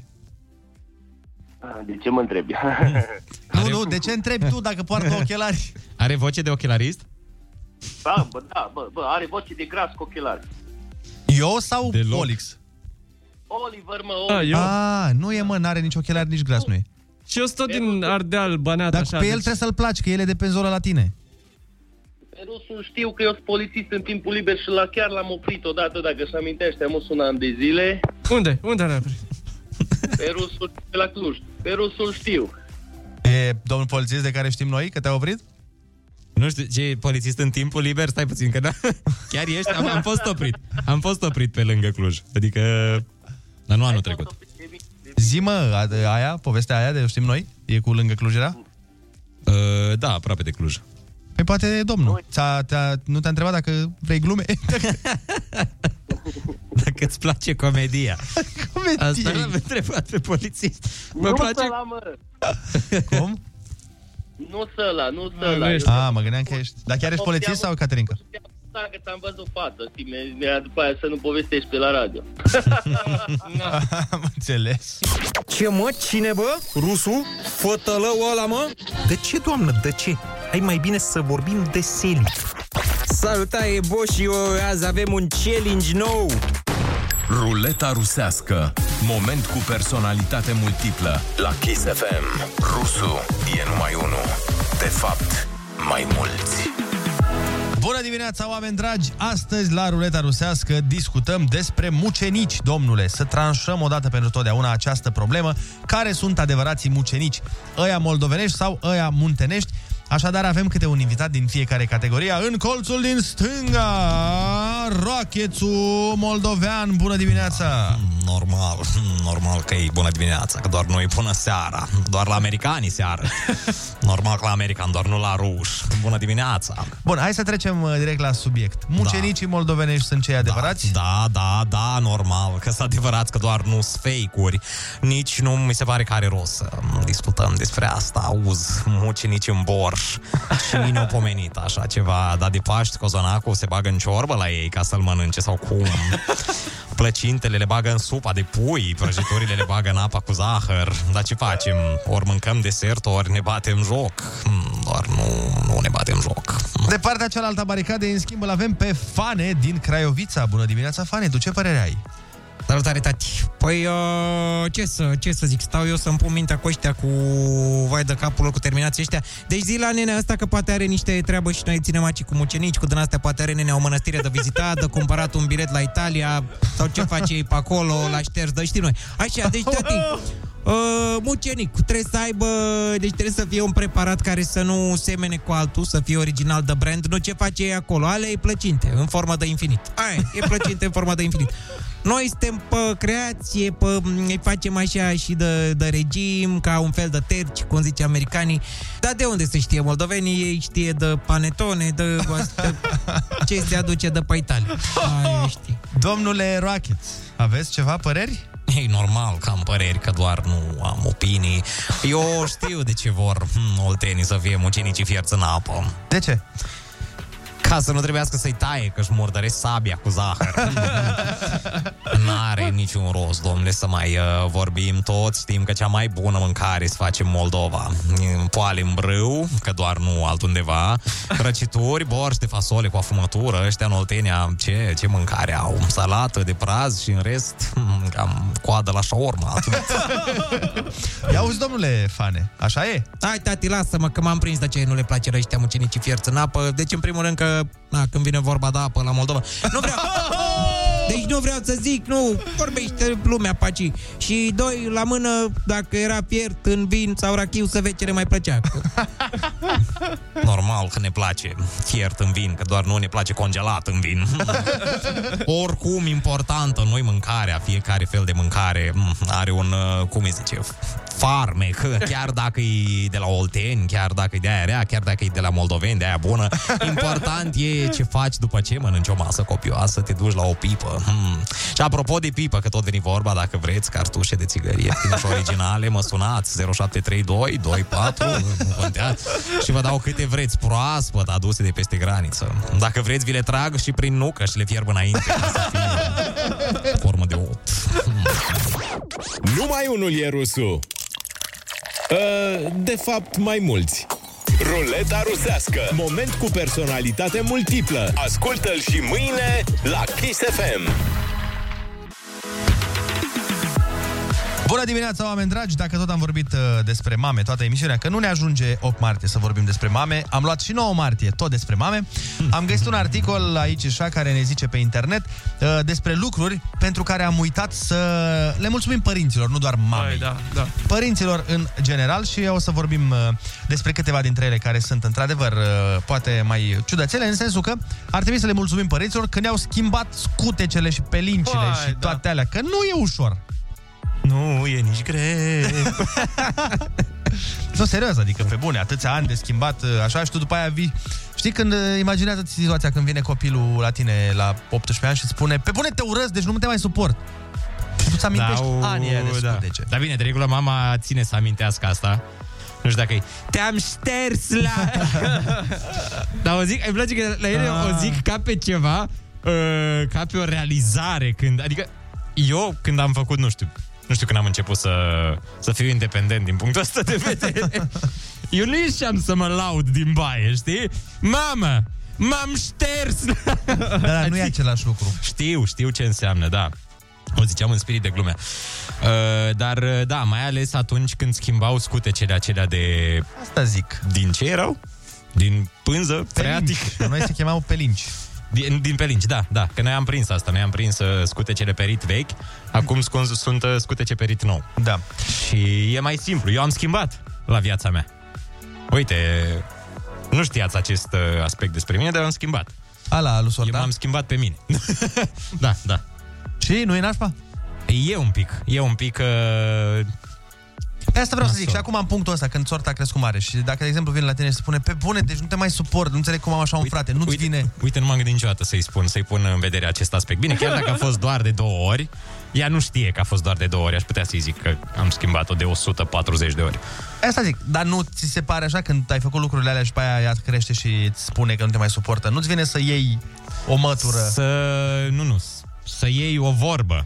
Ah, De ce mă întrebi? <laughs> <laughs> Nu, nu, de ce întrebi tu dacă poartă ochelari? Are voce de ochelarist? Da, bă, da, bă, bă, are voce de gras cu ochelari. Eu sau Deloc. Olix? Oliver, mă, Da, eu. A, nu e, mă, n-are nici ochelari, nici gras nu e. Și eu sunt tot din Ardeal, Banat, Dar așa. deci- pe el trebuie să-l placi, că el e de pe zona la tine. Pe Rusul știu că eu sunt polițist în timpul liber și la chiar l-am oprit odată, dacă își amintește, am un an de zile. Unde? Unde are Pe Rusul de la Cluj. Pe Rusul știu. E domnul polițist de care știm noi că te-a oprit? Nu știu, ce polițist în timpul liber? Stai puțin, că da. <laughs> Chiar ești? Am, am fost oprit. Am fost oprit pe lângă Cluj. Adică... Dar nu anul trecut. Zi, mă, a- aia, povestea aia de știm noi, e cu lângă Cluj era? Uh, da, aproape de Cluj. <laughs> Păi poate e domnul. Ți-a, te-a, nu te-a întrebat dacă vrei glume? Dacă îți place comedia. Comedia. <laughs> Asta l-am întrebat pe polițist. Mă nu place... la mă. Cum? Nu să la, nu să la. Ah, <laughs> A, mă gândeam că ești. Dar chiar ești polițist sau Caterinca? Da, că ți-am văzut față, știi, mi- mi-a- după aia să nu povestești pe la radio. Am înțeles. Ce mă? Cine bă? Rusu? Fătălău ăla mă? De ce, doamnă, de ce? Hai mai bine să vorbim de seli. Salutare, boșii! Azi avem un challenge nou! Ruleta rusească. Moment cu personalitate multiplă. La Kiss FM Rusu e numai unul De fapt, mai mulți Bună dimineața, oameni dragi! Astăzi, la Ruleta Rusească, discutăm despre mucenici, domnule. Să tranșăm odată pentru totdeauna această problemă. Care sunt adevărații mucenici? Ăia moldovenești sau ăia muntenești? Așadar, avem câte un invitat din fiecare categorie. În colțul din stânga, Rochețu Moldovean. Bună dimineața! Normal, <laughs> normal că e bună dimineața, că doar noi bună seara, doar la americani seara. Normal că la american, doar nu la ruși. Bună dimineața. Bun, hai să trecem uh, direct la subiect. Mucenicii da. moldovenești sunt cei adevărați? Da, da, da, normal, că sunt adevărat că doar nu sunt fake-uri. Nici nu mi se pare că are rost să discutăm despre asta. Auz, mucenici în borș și mine pomenit așa ceva. Dar de Paști, cozonacul se bagă în ciorbă la ei ca să-l mănânce sau cum. Plăcintele le bagă în supa de pui, prăjiturile le bagă în apa cu zahăr. Dar ce facem? Ori mâncăm desert, ori ne batem joc. Hmm, Doar nu, nu ne batem joc. De partea cealaltă a baricadei, în schimb, îl avem pe Fane din Craiovița. Bună dimineața, Fane, tu ce părere ai? Salutare, tati! Păi, uh, ce, să, ce să zic, stau eu să-mi pun mintea cu ăștia, cu vai de capul lor, cu terminații ăștia. Deci zi la nenea asta că poate are niște treabă și noi ținem aici cu mucenici, cu din astea poate are nenea o mănăstire de vizitat, de cumpărat un bilet la Italia, sau ce face ei pe acolo, la șters, de știm noi. Așa, deci, tati, Uh, mucenic, trebuie să aibă Deci trebuie să fie un preparat care să nu semene cu altul Să fie original de brand Nu ce face ei acolo, alea e plăcinte În formă de infinit Aia, e plăcinte în formă de infinit Noi suntem pe creație pe, Ne facem așa și de, de regim Ca un fel de terci, cum zice americanii Dar de unde se știe moldovenii? Ei știe de panetone De, de ce se aduce de pe Italia Aia știe Domnule Rocket, aveți ceva păreri? E normal că am păreri, că doar nu am opinii. Eu știu de ce vor hmm, oltenii să fie mucenicii fierți în apă. De <laughs> ce? Ca să nu trebuiască să-i taie, că își murdăresc sabia cu zahăr. Hmm, N-are niciun rost, domnule, să mai uh, vorbim toți. Știm că cea mai bună mâncare se face în Moldova. În Poale în brâu, că doar nu altundeva. Răcituri, borș de fasole cu afumătură. Ăștia în Oltenia, ce, ce mâncare au? Salată de praz și în rest, hmm, cam coadă la șaorma. Ia uzi, domnule Fane, așa e? Hai, tati, lasă-mă că m-am prins de ce nu le place la ăștia mucenicii fierți în apă. Deci, în primul rând, că na, când vine vorba de apă la Moldova, nu <laughs> vreau... Deci nu vreau să zic, nu, vorbește lumea pe aici. Și doi, la mână, dacă era fiert în vin sau rachiu, să vezi ce le mai <laughs> plăcea. Normal că ne place fiert în vin, că doar nu ne place congelat în vin. <laughs> Oricum, importantă noi mâncarea, fiecare fel de mâncare mm, are un, uh, cum îi zice, farmec, <laughs> chiar dacă e de la Olteni, chiar dacă e de aia rea, chiar dacă e de la Moldoveni, de aia bună. Important e ce faci după ce mănânci o masă copioasă, te duci la o pipă. Hmm. Și apropo de pipă, că tot veni vorba, dacă vreți cartușe de țigări ieftine și originale, <laughs> mă sunați 0732 24, nu contează, și vă dau câte vreți, proaspăt, aduse de peste graniță. Dacă vreți, vi le trag și prin nucă și le fierb înainte. ca să fie în Formă de ot. Numai unul e rusul. Uh, De fapt, mai mulți. Ruleta rusească Moment cu personalitate multiplă. Ascultă-l și mâine la Kiss FM Bună dimineața, oameni dragi! Dacă tot am vorbit uh, despre mame toată emisiunea, că nu ne ajunge 8 martie să vorbim despre mame, am luat și 9 martie tot despre mame. Am găsit un articol aici și așa care ne zice pe internet uh, despre lucruri pentru care am uitat să le mulțumim părinților, nu doar mamei. Da, da. Părinților în general și o să vorbim uh, despre câteva dintre ele care sunt într-adevăr uh, poate mai ciudățele, în sensul că ar trebui să le mulțumim părinților că ne-au schimbat scutecele și pelincile Păi, și toate alea, că nu e ușor. Nu e nici greu. Nu, serios, adică pe bune, atâția ani de schimbat, așa, și tu după aia vii... Știi când, uh, imaginează-ți situația când vine copilul la tine la 18 ani și îți spune Pe bune te urăsc, deci nu te mai suport. Și tu ți amintești da, anii aia de da. scutece. Dar bine, de regulă mama ține să amintească asta. Nu știu dacă e. Te-am șters <laughs> la... Dar o zic, îmi place că la ele Ah. o zic ca pe ceva, uh, ca pe o realizare. Când, adică eu când am făcut, nu știu, nu știu când am început să, să fiu independent din punctul ăsta de vedere. eu nu ieșeam să mă laud din baie, știi? Mamă, m-am șters! Dar nu e același lucru. Știu, știu ce înseamnă, da. O ziceam în spirit de glume. Uh, dar, uh, da, mai ales atunci când schimbau scutecele acelea de... Asta zic. Din ce erau? Din pânză? Freatic? Noi se chemau pelinci. Din, din pelinci, da, da. Că noi am prins asta. Noi am prins uh, scutecele perit vechi. Acum scun- sunt uh, scutece perit nou. Da. Și e mai simplu. Eu am schimbat la viața mea. Uite, nu știați acest uh, aspect despre mine, dar eu am schimbat. Ala, lui Sordan? Eu m-am schimbat pe mine. da, da. <laughs> Și nu e nașpa? E un pic. E un pic... Uh, Pe asta vreau să Nasol. zic. Și acum am punctul ăsta, când sorta a crescut mare. Și dacă, de exemplu, vine la tine și spune, pe bune, deci nu te mai suport, nu înțeleg cum am așa un frate, nu-ți vine. Uite, nu m-am gândit niciodată să-i spun, să-i pun în vedere acest aspect. Bine, chiar dacă a fost doar de două ori, ea nu știe că a fost doar de două ori. Aș putea să-i zic că am schimbat-o de 140 de ori. Asta zic, dar nu ți se pare așa când ai făcut lucrurile alea și pe aia ea crește și îți spune că nu te mai suportă? Nu-ți vine să iei o mătură? Să... Nu, nu, s- să iei o vorbă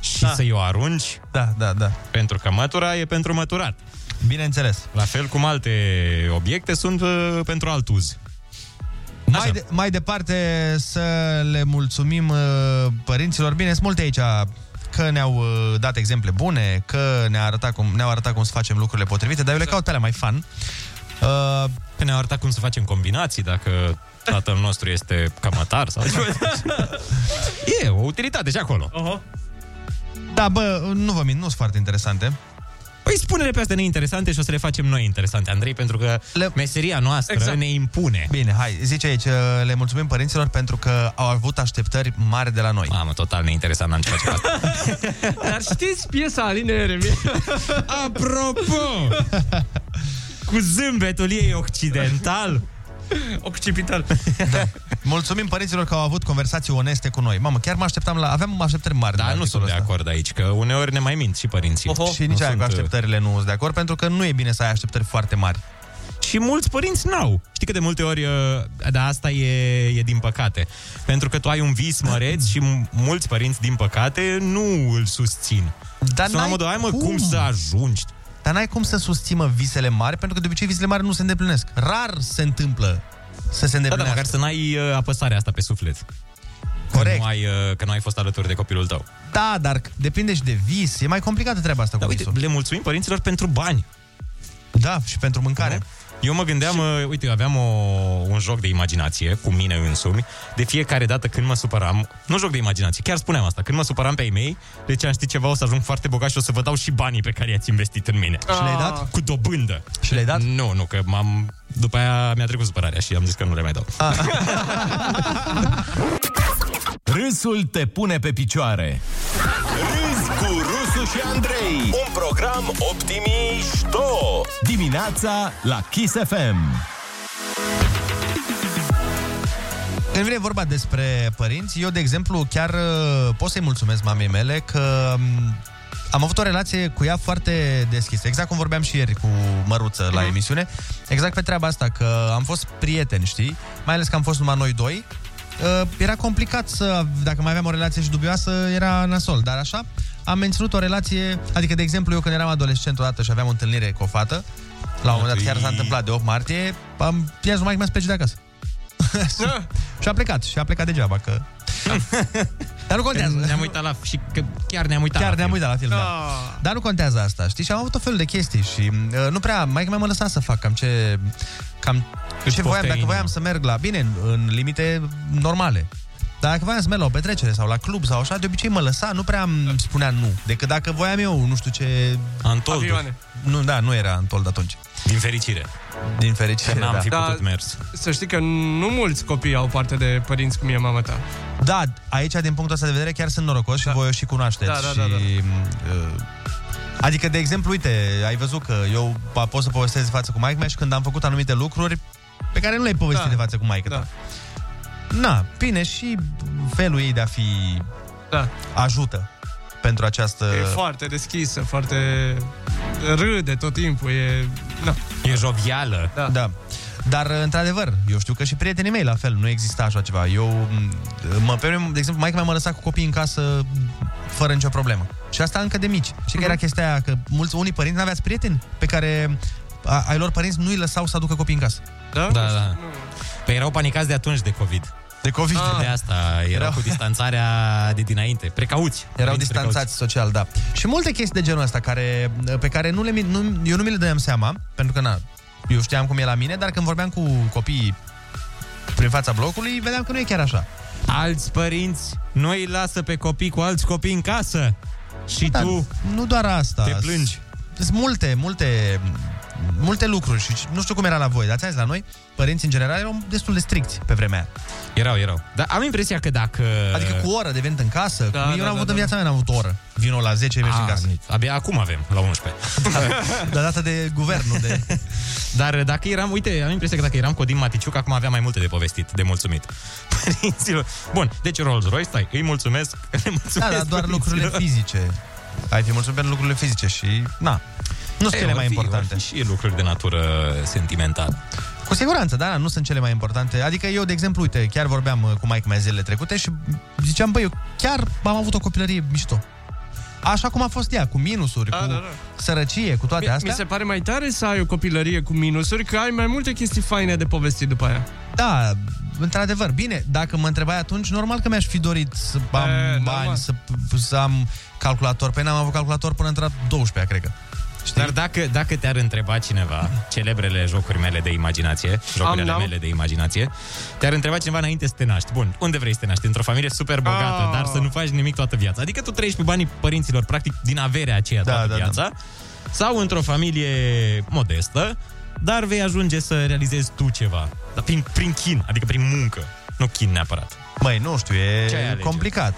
și da. să-i o arunci. Da, da, da. Pentru că mătura e pentru măturat. Bineînțeles. La fel cum alte obiecte sunt uh, pentru alt uz. Mai, de, mai departe să le mulțumim uh, părinților. Bine, sunt multe aici că ne-au uh, dat exemple bune, că ne-a arătat cum, ne-au arătat cum să facem lucrurile potrivite, dar eu le caut pe alea mai fan. Uh, Că ne-au arătat cum să facem combinații, dacă tatăl nostru este camatar <laughs> sau E o utilitate și acolo. Uh-huh. Da, bă, nu vă mint, nu sunt foarte interesante. Păi spune-le pe astea neinteresante și o să le facem noi interesante, Andrei, pentru că le... meseria noastră exact. ne impune. Bine, hai, zice aici, uh, le mulțumim părinților pentru că au avut așteptări mari de la noi. Mamă, total neinteresant, n-am ce face asta. <laughs> Dar știți piesa Aline Eremie? <laughs> Apropo! Cu zâmbetul ei occidental. Occipital. Da. Mulțumim părinților că au avut conversații oneste cu noi. Mamă, chiar mă așteptam la... Aveam așteptări mari. Da, nu sunt de acord aici, că uneori ne mai mint și părinții. Oho, și nici aia Nu sunt, cu uh, așteptările nu sunt de acord, pentru că nu e bine să ai așteptări foarte mari. Și mulți părinți n-au. Știi că de multe ori, uh, dar asta e, e din păcate. Pentru că tu ai un vis măreț și m- mulți părinți, din păcate, nu îl susțin. Dar Sunt la n-ai modul, hai mă, cum? cum să ajungi? Dar n-ai cum să susții, mă, visele mari, pentru că de obicei visele mari nu se îndeplinesc. Rar se întâmplă să se Da, da, îndeplinească. măcar să n-ai uh, apăsarea asta pe suflet. Corect. Că nu, ai, uh, că nu ai fost alături de copilul tău. Da, dar depinde și de vis. E mai complicată treaba asta Dar cu Da, uite, visul. le mulțumim părinților pentru bani. Da, și pentru mâncare. Eu mă gândeam, și... uite, eu aveam o, un joc de imaginație cu mine însumi. De fiecare dată când mă supăram, nu joc de imaginație, chiar spuneam asta, când mă supăram pe ei mei, deci am ști ceva, o să ajung foarte bogat și o să vă dau și banii pe care i-ați investit în mine. Și le-ai dat? Cu dobândă. Și le-ai dat? Nu, nu, că m-am... După aia mi-a trecut supărarea și am zis că nu le mai dau. Ah. <laughs> Râsul te pune pe picioare. Râzi cu Rusu și Andrei Un program optimișto Dimineața la Kiss FM. Când vine vorba despre părinți, eu, de exemplu, chiar uh, pot să-i mulțumesc mamei mele că um, am avut o relație cu ea foarte deschisă. Exact cum vorbeam și ieri cu Măruță la emisiune. Exact pe treaba asta, că am fost prieteni, știi? Mai ales că am fost numai noi doi. Uh, Era complicat să, dacă mai aveam o relație și dubioasă, era nasol. Dar așa, am menținut o relație... Adică, de exemplu, eu când eram adolescent odată și aveam o întâlnire cu o fată, la un moment dat chiar s-a întâmplat de 8 martie, am, i-a zis numai că mi-a să plece de acasă. <laughs> și a plecat, și a plecat degeaba, că... Dar nu contează. Ne-am uitat la... și că chiar ne-am uitat Chiar la ne-am film. uitat la film, da. Dar nu contează asta, știi? Și am avut tot felul de chestii și uh, nu prea, mai mea mă lăsa să fac cam ce... Cam ce voiam, poftea dacă inima. voiam să merg la... Bine, în, în limite normale. Dar dacă voiam să merg la o petrecere sau la club sau așa, de obicei mă lăsa, nu prea îmi spunea nu. Decât dacă voiam eu, nu știu ce... Antolduri. Avioane. Nu, da, nu era Antold atunci. Din fericire. Din fericire, Că n-am da. fi Da. putut mers. Să știi că nu mulți copii au parte de părinți cum e mama ta. Da, aici, din punctul ăsta de vedere, chiar sunt norocos și voi o și cunoașteți. Da, da, și, da, da. uh, Adică, de exemplu, uite, ai văzut că eu pa- pot să povestesc de față cu maica mea și când am făcut anumite lucruri pe care nu le-ai povestit da. de față cu maica da. ta. Na, bine, și felul ei de a fi da. ajută pentru această... E foarte deschisă, foarte râde tot timpul, e Da. E jovială. Da. da. Dar, într-adevăr, eu știu că și prietenii mei la fel, nu exista așa ceva. Eu, m- mă, pe mine, de exemplu, maica mea mă lăsa cu copiii în casă fără nicio problemă. Și asta încă de mici. Și că era chestia aia, că mulți, unii părinți n-aveați prieteni pe care a, ai lor părinți nu îi lăsau să aducă copii în casă. Da, da. Păi erau panicați de atunci de COVID. De COVID? Ah. De asta erau, erau Erau- cu distanțarea de dinainte. Precauți. Erau Părinți distanțați social, da. Și multe chestii de genul ăsta care, pe care nu le, mi- nu, eu nu mi le dădeam seama, pentru că na, eu știam cum e la mine, dar când vorbeam cu copiii prin fața blocului, vedeam că nu e chiar așa. Alți părinți nu îi lasă pe copii cu alți copii în casă. Și Dar tu... Nu doar asta. Te plângi. Da. Sunt multe, multe multe lucruri și nu știu cum era la voi, dar ți-am zis, la noi, părinții în general erau destul de stricți pe vremea aia. Erau, erau. Dar am impresia că dacă... Adică cu o oră de venit în casă, da, eu n-am avut în viața mea, n-am avut o oră. Vino la 10, mergi în A, casă. Ah, Abia acum avem, la 11. <laughs> Dar dată de guvernul de... <laughs> Dar dacă eram, uite, am impresia că dacă eram Codin Maticiuc, acum aveam mai multe de povestit, de mulțumit. <laughs> Părinților. Bun, deci Rolls-Royce, stai, îi mulțumesc, <laughs> le mulțumesc Da, dar doar părinților. lucrurile fizice. Ai fi mulțumit pentru lucrurile fizice și... Na, nu sunt Ei, cele or mai fi- importante. or fi Și lucruri de natură sentimentală. Cu siguranță, da, nu sunt cele mai importante. Adică eu, de exemplu, uite, chiar vorbeam uh, cu Mike mai zilele trecute și ziceam, băi, eu chiar am avut o copilărie mișto. Așa cum a fost ea, cu minusuri, Da, cu da, da. sărăcie, cu toate Mi- astea. Mi se pare mai tare să ai o copilărie cu minusuri, că ai mai multe chestii faine de povestit după aia. Da, într-adevăr, bine, dacă mă întrebai atunci, normal că mi-aș fi dorit să am e, bani, să, să am calculator. Pe n-am avut calculator până într-a 12-a, cred că. Știi? Dar dacă, dacă te-ar întreba cineva, celebrele jocuri mele de imaginație, jocurile n-am. Am, mele de imaginație, te-ar întreba cineva înainte să te naști. Bun, unde vrei să te naști? Într-o familie super bogată, Ah. dar să nu faci nimic toată viața. Adică tu trăiești pe banii părinților, practic, din averea aceea da, toată da, viața. Da. Sau într-o familie modestă, dar vei ajunge să realizezi tu ceva. Dar prin, prin chin, adică prin muncă. Nu chin neapărat. Măi, nu știu, Ce ai e alege? complicat.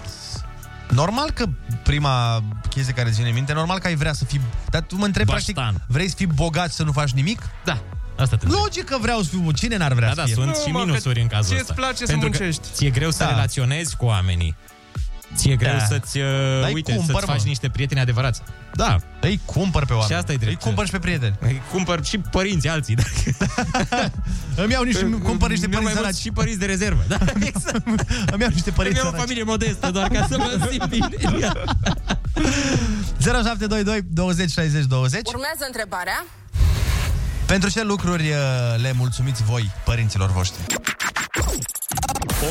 Normal că prima chestie care îți vine în minte, normal că ai vrea să fii... Dar tu mă întrebi, practic, vrei să fii bogat și să nu faci nimic? Da, asta te Logic că vreau să fiu... Cine n-ar vrea Da, să da, fie? sunt și minusuri în cazul ăsta. Pentru că Ți-e greu să Da. relaționezi cu oamenii. Ți-e greu Da. să-ți, uh, Dar îi uite, cumpăr, să-ți mă. faci niște prieteni adevărați. Da. Îi cumpăr pe oameni. Și asta e drept. Îi cumpăr și pe prieteni. <laughs> Îi cumpăr și părinții alții. Da. <laughs> Îmi iau niște, Îmi cumpăr niște iau părinți mai mult săraci. și părinți de rezervă. Da, exact. Îmi iau niște părinți Îmi iau o săraci. familie modestă, doar ca să mă simt <laughs> bine. 0722 20 60 20. Urmează întrebarea. Pentru ce lucruri uh, le mulțumiți voi părinților voștri?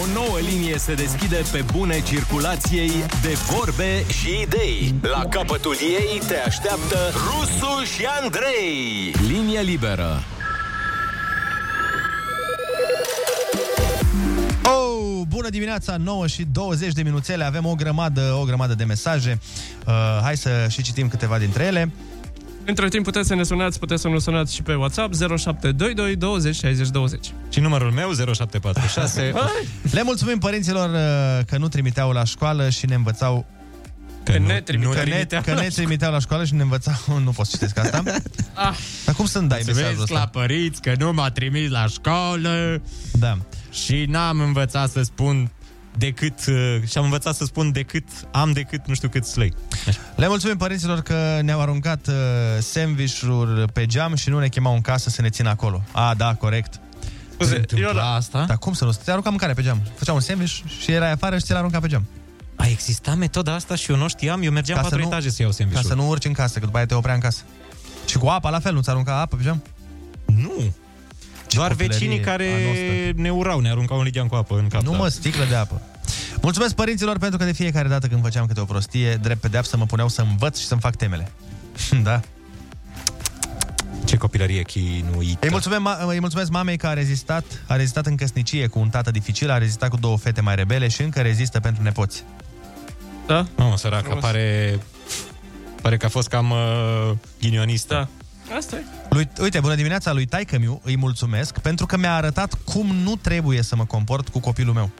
O nouă linie se deschide pe bune circulației de vorbe și idei. La capătul ei te așteaptă Rusu și Andrei. Linie liberă. Oh, bună dimineața, 9 și 20 de minuțele, avem o grămadă, o grămadă de mesaje. Uh, hai să și citim câteva dintre ele. Între timp puteți să ne sunați, puteți să nu sunați și pe WhatsApp 0722 20 60 20. Și numărul meu 0746. Le mulțumim părinților uh, că nu trimiteau la școală și ne învățau Că ne că ne, trimite. că ne trimiteau la școală și ne învățau... <laughs> Nu pot să citesc asta. Ah. Dar cum să-mi dai Să mesajul vezi la ăsta? părinți că nu m-a trimis la școală da. și n-am învățat să spun decât, uh, și am învățat să spun decât, am decât nu știu cât slăi. Le mulțumim părinților că ne-au aruncat uh, sandwich-uri pe geam și nu ne chemau în casă să ne țină acolo. A, da, corect. Se eu la asta? Dar cum să nu? Te arunca mâncare pe geam. Făceam un sandwich și erai afară și ți-l arunca pe geam. A existat metoda asta și eu nu știam, eu mergeam Ca patru să nu- etaje să iau Ca sandwich să nu urci în casă, că după aia te oprea în casă. Și cu apa, la fel, nu ți arunca apă pe geam? Nu. Doar copilărie vecinii a care noastră. ne urau, ne aruncau un lighean cu apă în cap. Nu da. mă, sticlă de apă. Mulțumesc părinților pentru că de fiecare dată când făceam câte o prostie, drept pedeapsă mă puneau să învăț și să-mi fac temele. <laughs> da. Ce copilărie chinuită. Îi mulțumim, ma- îi mulțumesc mamei că a rezistat, a rezistat în căsnicie cu un tată dificil, a rezistat cu două fete mai rebele și încă rezistă pentru nepoți. Da? Mamă, săracă, Frumos. pare... Pare că a fost cam uh, ghinionistă. Da. Asta e. Lui, uite, bună dimineața lui Taicămiu, îi mulțumesc pentru că mi-a arătat cum nu trebuie să mă comport cu copilul meu.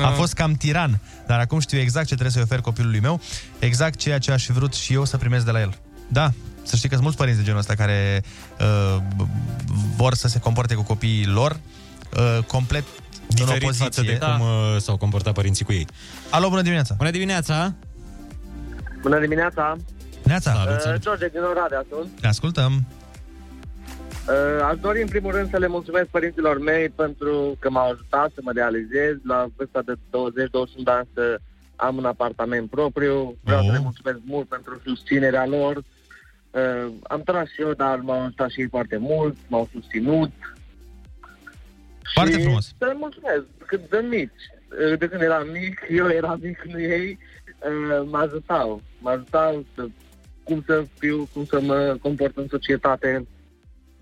A Ah. fost cam tiran, dar acum știu exact ce trebuie să-i ofer copilului meu, exact ceea ce aș fi vrut și eu să primesc de la el. Da, să știi că sunt mulți părinți de genul ăsta care uh, b- vor să se comporte cu copiii lor uh, complet Diferit în opoziție. Da. față de cum uh, s-au comportat părinții cu ei. Alo, bună dimineața! Bună dimineața! Bună dimineața! Neața! Uh, George din Oradea sunt. Ne ascultăm! Uh, Aș dori în primul rând să le mulțumesc părinților mei pentru că m-au ajutat să mă realizez la vârsta de 20-21 de ani să am un apartament propriu. Vreau oh. să le mulțumesc mult pentru susținerea lor. Uh, am tras și eu, dar m-au ajutat și ei foarte mult, m-au susținut. Foarte și frumos. Să le mulțumesc. Când sunt mici, uh, de când eram mic, <laughs> eu eram mic, nu ei, uh, mă ajutau. Mă ajutau să, cum să fiu, cum să mă comport în societate.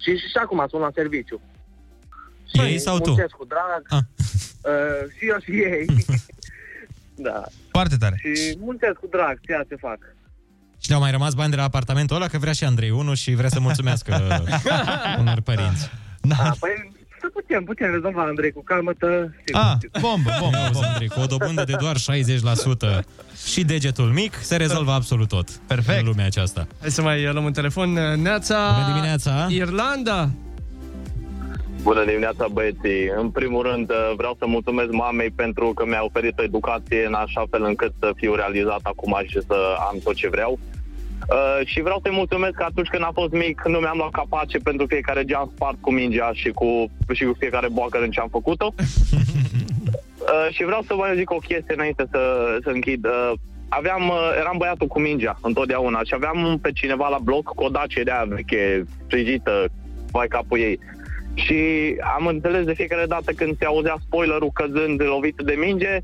Și și, și acum sunt la serviciu. Păi, Ei sau tu? Ah. Muncesc cu drag. <laughs> Uh, și eu și <laughs> ei. da. Foarte tare. Și muncesc cu drag ceea ce fac. Și le-au mai rămas bani de la apartamentul ăla, că vrea și Andrei unul și vrea să <laughs> mulțumească unor părinți. Da. Păi să putem, putem rezolva, Andrei, cu calmă-tă. sigur, sigur. bombă, <laughs> bombă, Ah, bombă. Andrei, cu o dobândă de doar 60% și degetul mic, se rezolvă absolut tot. Perfect. În lumea aceasta. Hai să mai uh, luăm un telefon. Uh, Neața! Bună dimineața! <laughs> Irlanda! Bună dimineața, băieții! În primul rând, uh, vreau să mulțumesc mamei pentru că mi-a oferit o educație în așa fel încât să fiu realizat acum și să am tot ce vreau. Uh, și vreau să-i mulțumesc că atunci când am fost mic nu mi-am luat capace pentru fiecare geam spart cu mingea și cu, și cu fiecare boacă în ce am făcut-o. Uh, și vreau să vă zic o chestie înainte să, să închid. Uh, aveam, uh, eram băiatul cu mingea întotdeauna și aveam pe cineva la bloc cu o dacie de aia veche, frigită, vai capul ei. Și am înțeles de fiecare dată când se auzea spoilerul căzând lovit de minge,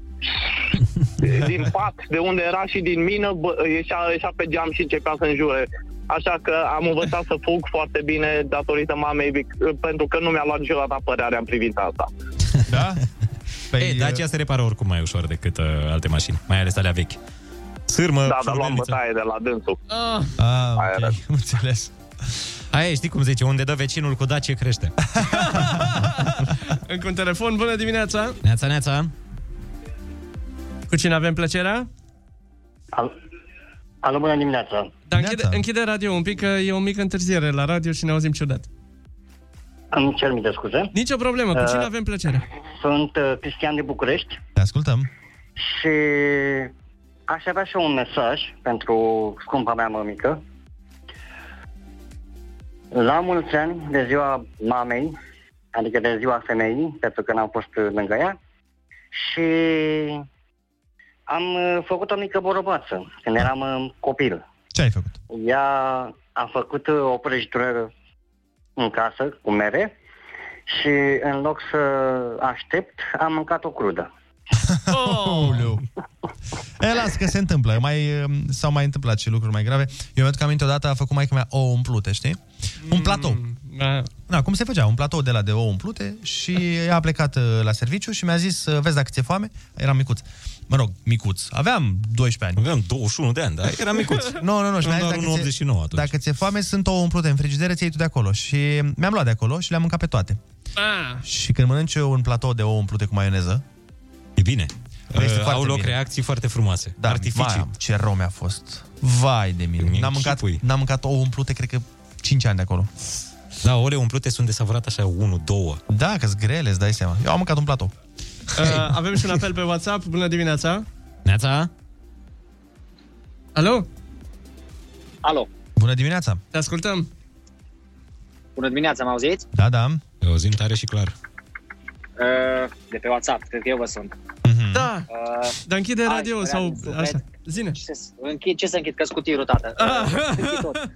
din pat, de unde era și din mină, bă, ieșea, ieșea pe geam și începea să înjure. Așa că am învățat să fug foarte bine datorită mamei, vic- pentru că nu mi-a luat niciodată apărarea în privința asta. Da? <laughs> Păi, Ei, Dacia se repară oricum mai ușor decât uh, alte mașini, mai ales alea vechi. Sârmă, da, dar luam bătaie de la dânsul. da. Ah, ok, <laughs> înțeles. Aia e, știi cum zice, unde dă vecinul cu Dacia crește. Încă un telefon. Bună dimineața! Neața, neața. Cu cine avem plăcerea? Alo, bună dimineața. Dar închide, închide radio un pic, că e o mică întârziere la radio și ne auzim ciudat. Am cer mii de scuze. Nicio problemă. Cu cine Uh, avem plăcerea? Sunt uh, Cristian de București Te ascultăm. și aș avea și eu un mesaj pentru scumpa mea mămică. La mulți ani de ziua mamei, adică de ziua femeii, pentru că n-am fost uh, lângă ea, și am uh, făcut o mică borobață când eram uh, copil. Ce ai făcut? Ea a făcut uh, o prăjitură în casă cu mere și în loc să aștept, am mâncat-o crudă. Oh. e, las că se întâmplă. Mai, um, s-au mai întâmplat și lucruri mai grave. Eu mi-aduc aminte odată a făcut maica mea ouă umplute, știi? Un platou. Da. Da, cum se făcea? Un platou de la de ouă umplute și ea a plecat uh, la serviciu și mi-a zis, uh, vezi dacă ți-e foame? Eram micuț. Mă rog, micuț. Aveam 12 ani. Aveam 21 de ani, dar eram da, micuț. <laughs> Nu, nu, nu. Și mi-a Eram zis, doar dacă ți-e- 1,89 atunci. Dacă ți-e foame, sunt ouă umplute în frigideră, ți tu de acolo. Și mi-am luat de acolo și le-am mâncat pe toate. Ah. Și când mănânci eu un platou de ouă umplute cu maioneză... E bine. Este Uh, foarte au loc bine. reacții foarte frumoase. Da, Artificii. vai, ce rău mi-a fost. Vai de mine. N-am mâncat, n-am mâncat ouă umplute, cred că 5 ani de acolo. Da, ore umplute sunt de savurate așa 1, 2. Da, că grele, îți dai seama. Eu am mâncat un platou. Uh, avem și un apel pe WhatsApp. Bună dimineața! Neața! Alo? Alo, Bună dimineața! Te ascultăm! bună dimineața, mă auziți? Da, da. Te auzim tare și clar. <laughs> Uh, de pe WhatsApp, cred că eu vă sunt. Mhm. Da! Uh, Dar închide hai, radio vreau sau din suflet. așa. Zine! Ce, să- închid, ce să închid? Că sunt cutii <laughs> rutată. Uh, închid tot.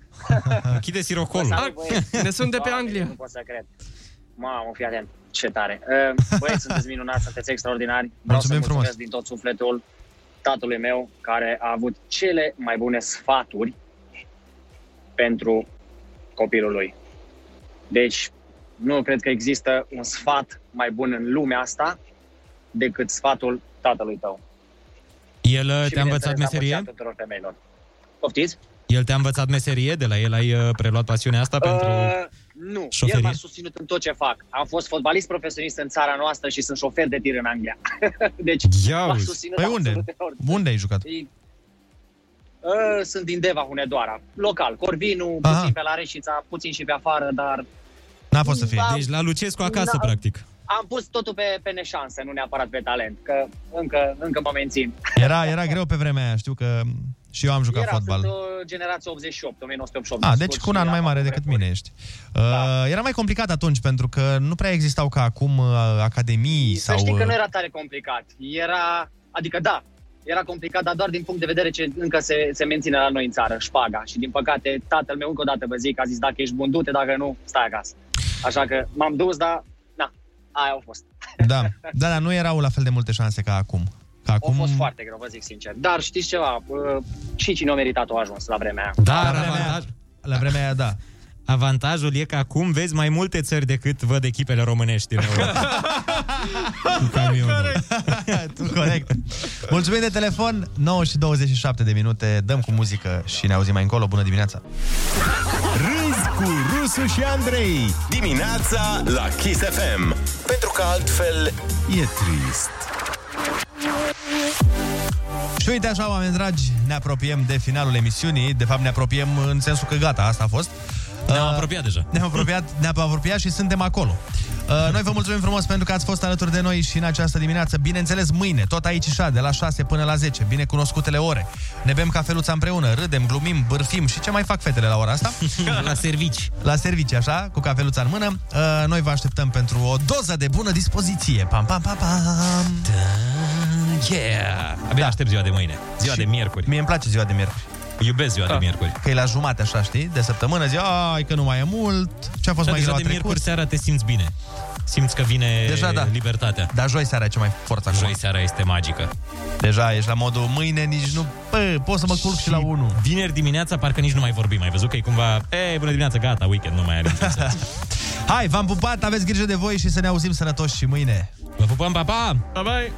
Închide sirocolul. Salut, băieți. Ah. Ne sunt de pe Doamne, Anglia. Nu pot să cred. Mamă, fii atent. Ce tare. Uh, Băieți, sunteți minunați, sunteți extraordinari. Vreau Mulțumim să mulțumesc frumos. din tot sufletul tatălui meu, care a avut cele mai bune sfaturi pentru copilul lui. Deci, nu cred că există un sfat mai bun în lumea asta decât sfatul tatălui tău. El uh, Și, te-a învățat bineînțeles, la meserie? mulți ani tuturor femeilor. Poftiți? El te-a învățat meserie? De la el ai uh, preluat pasiunea asta pentru... Uh, nu, șoferie? el m-a susținut în tot ce fac. Am fost fotbalist profesionist în țara noastră și sunt șofer de tir în Anglia. <laughs> deci Ia m-a uzi. susținut Păi absolut unde? în orice. Unde ai jucat? E- Uh, sunt din Deva, Hunedoara. Local, Corvinu, Aha. puțin pe la Reșița, puțin și pe afară, dar N-a fost să fie. Da. Deci la Lucescu acasă, Da. practic. am pus totul pe, pe neșansă, nu neapărat pe talent, că încă, încă mă mențin. Era, era greu pe vremea aia, știu că și eu am jucat Era, fotbal. sunt o generație 88, 1988. A, deci cu un an mai mare decât mine ești. Da. Era mai complicat atunci, pentru că nu prea existau ca acum uh, academii Să sau... știi că nu uh, era tare complicat. Era, adică da, era complicat, dar doar din punct de vedere ce încă se, se menține la noi în țară, șpaga. Și din păcate, tatăl meu încă o dată vă zic, a zis dacă ești bun, du-te, dacă nu, stai acasă. Așa că m-am dus, dar na, aia au fost. <laughs> Da, da, dar nu erau la fel de multe șanse ca acum. Ca A acum... fost foarte greu, vă zic sincer. Dar știți ceva, uh, și cine a meritat-o a ajuns la vremea aia. Da, Dar Da, avantaj... la vremea aia, da. Avantajul e că acum vezi mai multe țări decât văd echipele românești din Europa. Cu camionul. <laughs> tu corect. Mulțumim de telefon, 9 și 27 de minute, dăm cu muzică și ne auzim mai încolo. Bună dimineața! Râzi cu Rusu și Andrei Dimineața la Kiss FM Pentru că altfel e trist Și uite așa, oameni dragi, ne apropiem de finalul emisiunii. De fapt, ne apropiem în sensul că gata, asta a fost. Ne-am apropiat deja. Ne-am apropiat, ne-am apropiat și suntem acolo. Uh, Noi vă mulțumim frumos pentru că ați fost alături de noi și în această dimineață. Bineînțeles, mâine, tot aici și așa, de la 6 până la 10, binecunoscutele ore. Ne bem cafeluța împreună, râdem, glumim, bârfim și ce mai fac fetele la ora asta? <laughs> La servici. La servici, așa, cu cafeluța în mână. Uh, Noi vă așteptăm pentru o doză de bună dispoziție. Pam, pam, pam, pam. Da. Yeah! Abia da. aștept ziua de mâine. Ziua de miercuri. Mie îmi place ziua de miercuri. Ah. Iubesc ziua da. de miercuri. Că e la jumate, așa, știi? De săptămână, zi, ai că nu mai e mult, ce a fost Da, mai greu deja a de trecut. miercuri seara te simți bine. Simți că vine Deja, da. libertatea. Dar joi seara e ce mai forță acum. Joi seara este magică. Deja ești la modul mâine nici nu... Bă, pot să mă culc și, la 1. Vineri dimineața parcă nici nu mai vorbim. Ai văzut că e cumva... Ei, bună dimineața, gata, weekend, nu mai are <laughs> niciun sens. Hai, v-am pupat, aveți grijă de voi și să ne auzim sănătoși și mâine. Vă pupăm, pa, pa! Bye-bye!